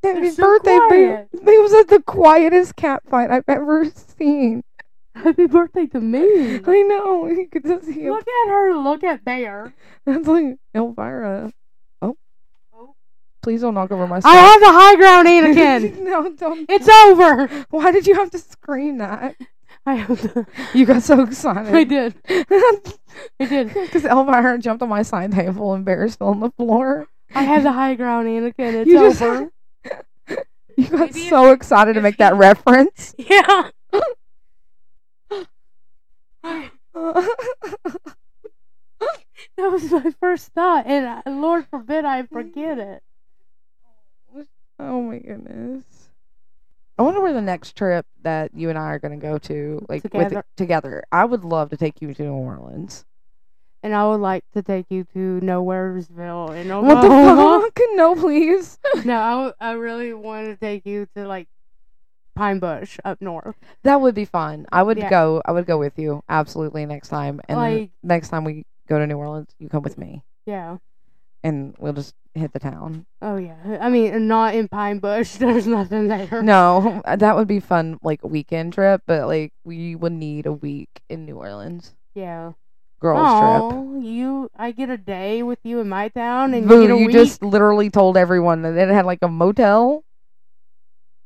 [SPEAKER 2] Happy
[SPEAKER 3] so
[SPEAKER 2] birthday,
[SPEAKER 3] quiet.
[SPEAKER 2] babe. It was like the quietest cat fight I've ever seen.
[SPEAKER 3] Happy birthday to me.
[SPEAKER 2] I know. [laughs] You could just hear.
[SPEAKER 3] Look at her. Look at Bear.
[SPEAKER 2] That's like Elvira. Oh.
[SPEAKER 3] Oh.
[SPEAKER 2] Please don't knock over my
[SPEAKER 3] I
[SPEAKER 2] stuff.
[SPEAKER 3] have the high
[SPEAKER 2] [laughs]
[SPEAKER 3] ground, Anakin.
[SPEAKER 2] no, don't.
[SPEAKER 3] it's over. [laughs]
[SPEAKER 2] Why did you have to scream that?
[SPEAKER 3] I have the-
[SPEAKER 2] You got
[SPEAKER 3] [laughs]
[SPEAKER 2] so excited.
[SPEAKER 3] I did.
[SPEAKER 2] [laughs]
[SPEAKER 3] I did.
[SPEAKER 2] Because Elvira jumped on my side table and Bear's fell on the floor.
[SPEAKER 3] I have the high ground, Anakin. It's
[SPEAKER 2] You just-
[SPEAKER 3] over.
[SPEAKER 2] [laughs]
[SPEAKER 3] [laughs]
[SPEAKER 2] You got
[SPEAKER 3] Maybe
[SPEAKER 2] so excited to
[SPEAKER 3] if
[SPEAKER 2] make
[SPEAKER 3] he-
[SPEAKER 2] that reference. [laughs]
[SPEAKER 3] Yeah.
[SPEAKER 2] Oh
[SPEAKER 3] That was my first thought, and uh, Lord forbid I forget it.
[SPEAKER 2] oh my goodness. I wonder where the next trip that you and I are going to go to, like with
[SPEAKER 3] Together.
[SPEAKER 2] together. I would love to take you to New Orleans.
[SPEAKER 3] And I would like to take you to Nowheresville in
[SPEAKER 2] What the
[SPEAKER 3] Oklahoma.
[SPEAKER 2] fuck? [laughs] No, please.
[SPEAKER 3] no, I, w- I really want to take you to like Pine Bush up north.
[SPEAKER 2] That would be fun. I would
[SPEAKER 3] Yeah.
[SPEAKER 2] go. I would go with you absolutely next time. And then
[SPEAKER 3] Like-
[SPEAKER 2] next time we go to New Orleans, you come with me.
[SPEAKER 3] Yeah,
[SPEAKER 2] and we'll just hit the town.
[SPEAKER 3] Oh yeah, I mean, and not in Pine Bush. [laughs] There's nothing there.
[SPEAKER 2] No, [laughs] that would be fun, like weekend trip, but like we would need a week in New Orleans.
[SPEAKER 3] Yeah.
[SPEAKER 2] Girls trip.
[SPEAKER 3] Oh, you. I get a day with you in my town, and
[SPEAKER 2] Boo,
[SPEAKER 3] you get a
[SPEAKER 2] you
[SPEAKER 3] week.
[SPEAKER 2] just literally told everyone that it had like a motel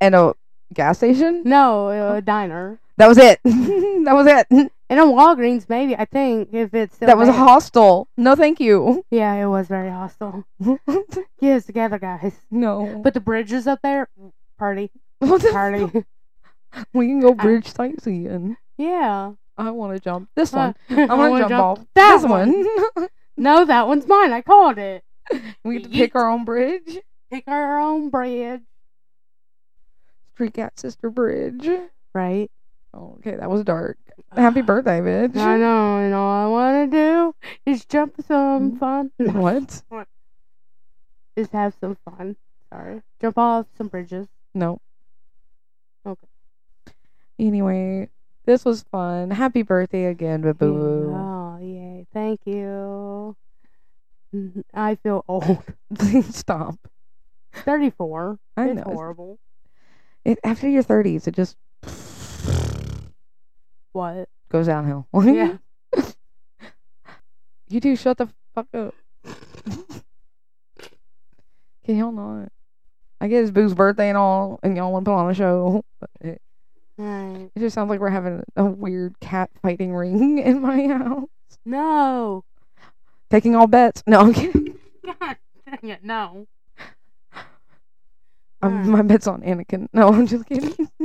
[SPEAKER 2] and a gas station.
[SPEAKER 3] No, a diner.
[SPEAKER 2] That was it. [laughs] that was it.
[SPEAKER 3] And a Walgreens, maybe. I think if it's still
[SPEAKER 2] That was a
[SPEAKER 3] there.
[SPEAKER 2] hostel. No, thank you. [laughs]
[SPEAKER 3] Yeah, it was very hostile. [laughs] Get us together, guys.
[SPEAKER 2] no.
[SPEAKER 3] But the bridges up there, party,
[SPEAKER 2] [laughs] What the fuck? [laughs]
[SPEAKER 3] party.
[SPEAKER 2] we can go
[SPEAKER 3] I-
[SPEAKER 2] bridge sightseeing.
[SPEAKER 3] yeah.
[SPEAKER 2] I want to jump this
[SPEAKER 3] Huh. [laughs]
[SPEAKER 2] one. I'm gonna
[SPEAKER 3] wanna
[SPEAKER 2] jump, off
[SPEAKER 3] that
[SPEAKER 2] this one. [laughs]
[SPEAKER 3] No, that one's mine. I called it.
[SPEAKER 2] we get to pick
[SPEAKER 3] Yeet.
[SPEAKER 2] our own bridge.
[SPEAKER 3] Pick our own bridge.
[SPEAKER 2] Street Cat Sister Bridge.
[SPEAKER 3] Right.
[SPEAKER 2] Oh, okay, that was dark.
[SPEAKER 3] [sighs]
[SPEAKER 2] Happy birthday,
[SPEAKER 3] I
[SPEAKER 2] bitch.
[SPEAKER 3] know, and all I want to do is jump
[SPEAKER 2] Mm-hmm.
[SPEAKER 3] some fun.
[SPEAKER 2] what?
[SPEAKER 3] Just have some fun. Sorry. Jump off some bridges.
[SPEAKER 2] No.
[SPEAKER 3] Okay.
[SPEAKER 2] Anyway, this was fun. Happy birthday again, Babu.
[SPEAKER 3] [laughs] Oh, yay. Thank you. Mm-hmm. I feel old. [laughs]
[SPEAKER 2] Please stop.
[SPEAKER 3] 34.
[SPEAKER 2] I
[SPEAKER 3] it's
[SPEAKER 2] know. it's-
[SPEAKER 3] horrible.
[SPEAKER 2] It, after your 30s, it just
[SPEAKER 3] What?
[SPEAKER 2] goes downhill. [laughs]
[SPEAKER 3] Yeah.
[SPEAKER 2] you do shut the fuck
[SPEAKER 3] [laughs]
[SPEAKER 2] up. Can y'all not? I get it's Boo's birthday and all, and y'all want to put on a show. But it,
[SPEAKER 3] Right.
[SPEAKER 2] it just sounds like we're having a weird cat fighting ring [laughs] in my house.
[SPEAKER 3] No. [laughs]
[SPEAKER 2] Taking all bets. No, I'm kidding.
[SPEAKER 3] God dang it, no.
[SPEAKER 2] I'm,
[SPEAKER 3] Alright.
[SPEAKER 2] Um, my bet's on Anakin. No, I'm just kidding. [laughs]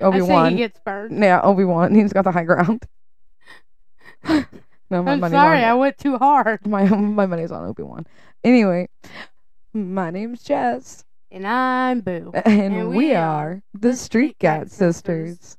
[SPEAKER 2] Obi
[SPEAKER 3] I say he
[SPEAKER 2] Wan.
[SPEAKER 3] gets burned.
[SPEAKER 2] Yeah, Obi Wan. He's got the high ground. [laughs] no, my
[SPEAKER 3] I'm
[SPEAKER 2] money's
[SPEAKER 3] sorry,
[SPEAKER 2] on
[SPEAKER 3] I went too hard.
[SPEAKER 2] my my money's on Obi Wan. Anyway, my name's Jess,
[SPEAKER 3] And I'm Boo.
[SPEAKER 2] and, we,
[SPEAKER 3] we
[SPEAKER 2] are the Street Cat Sisters.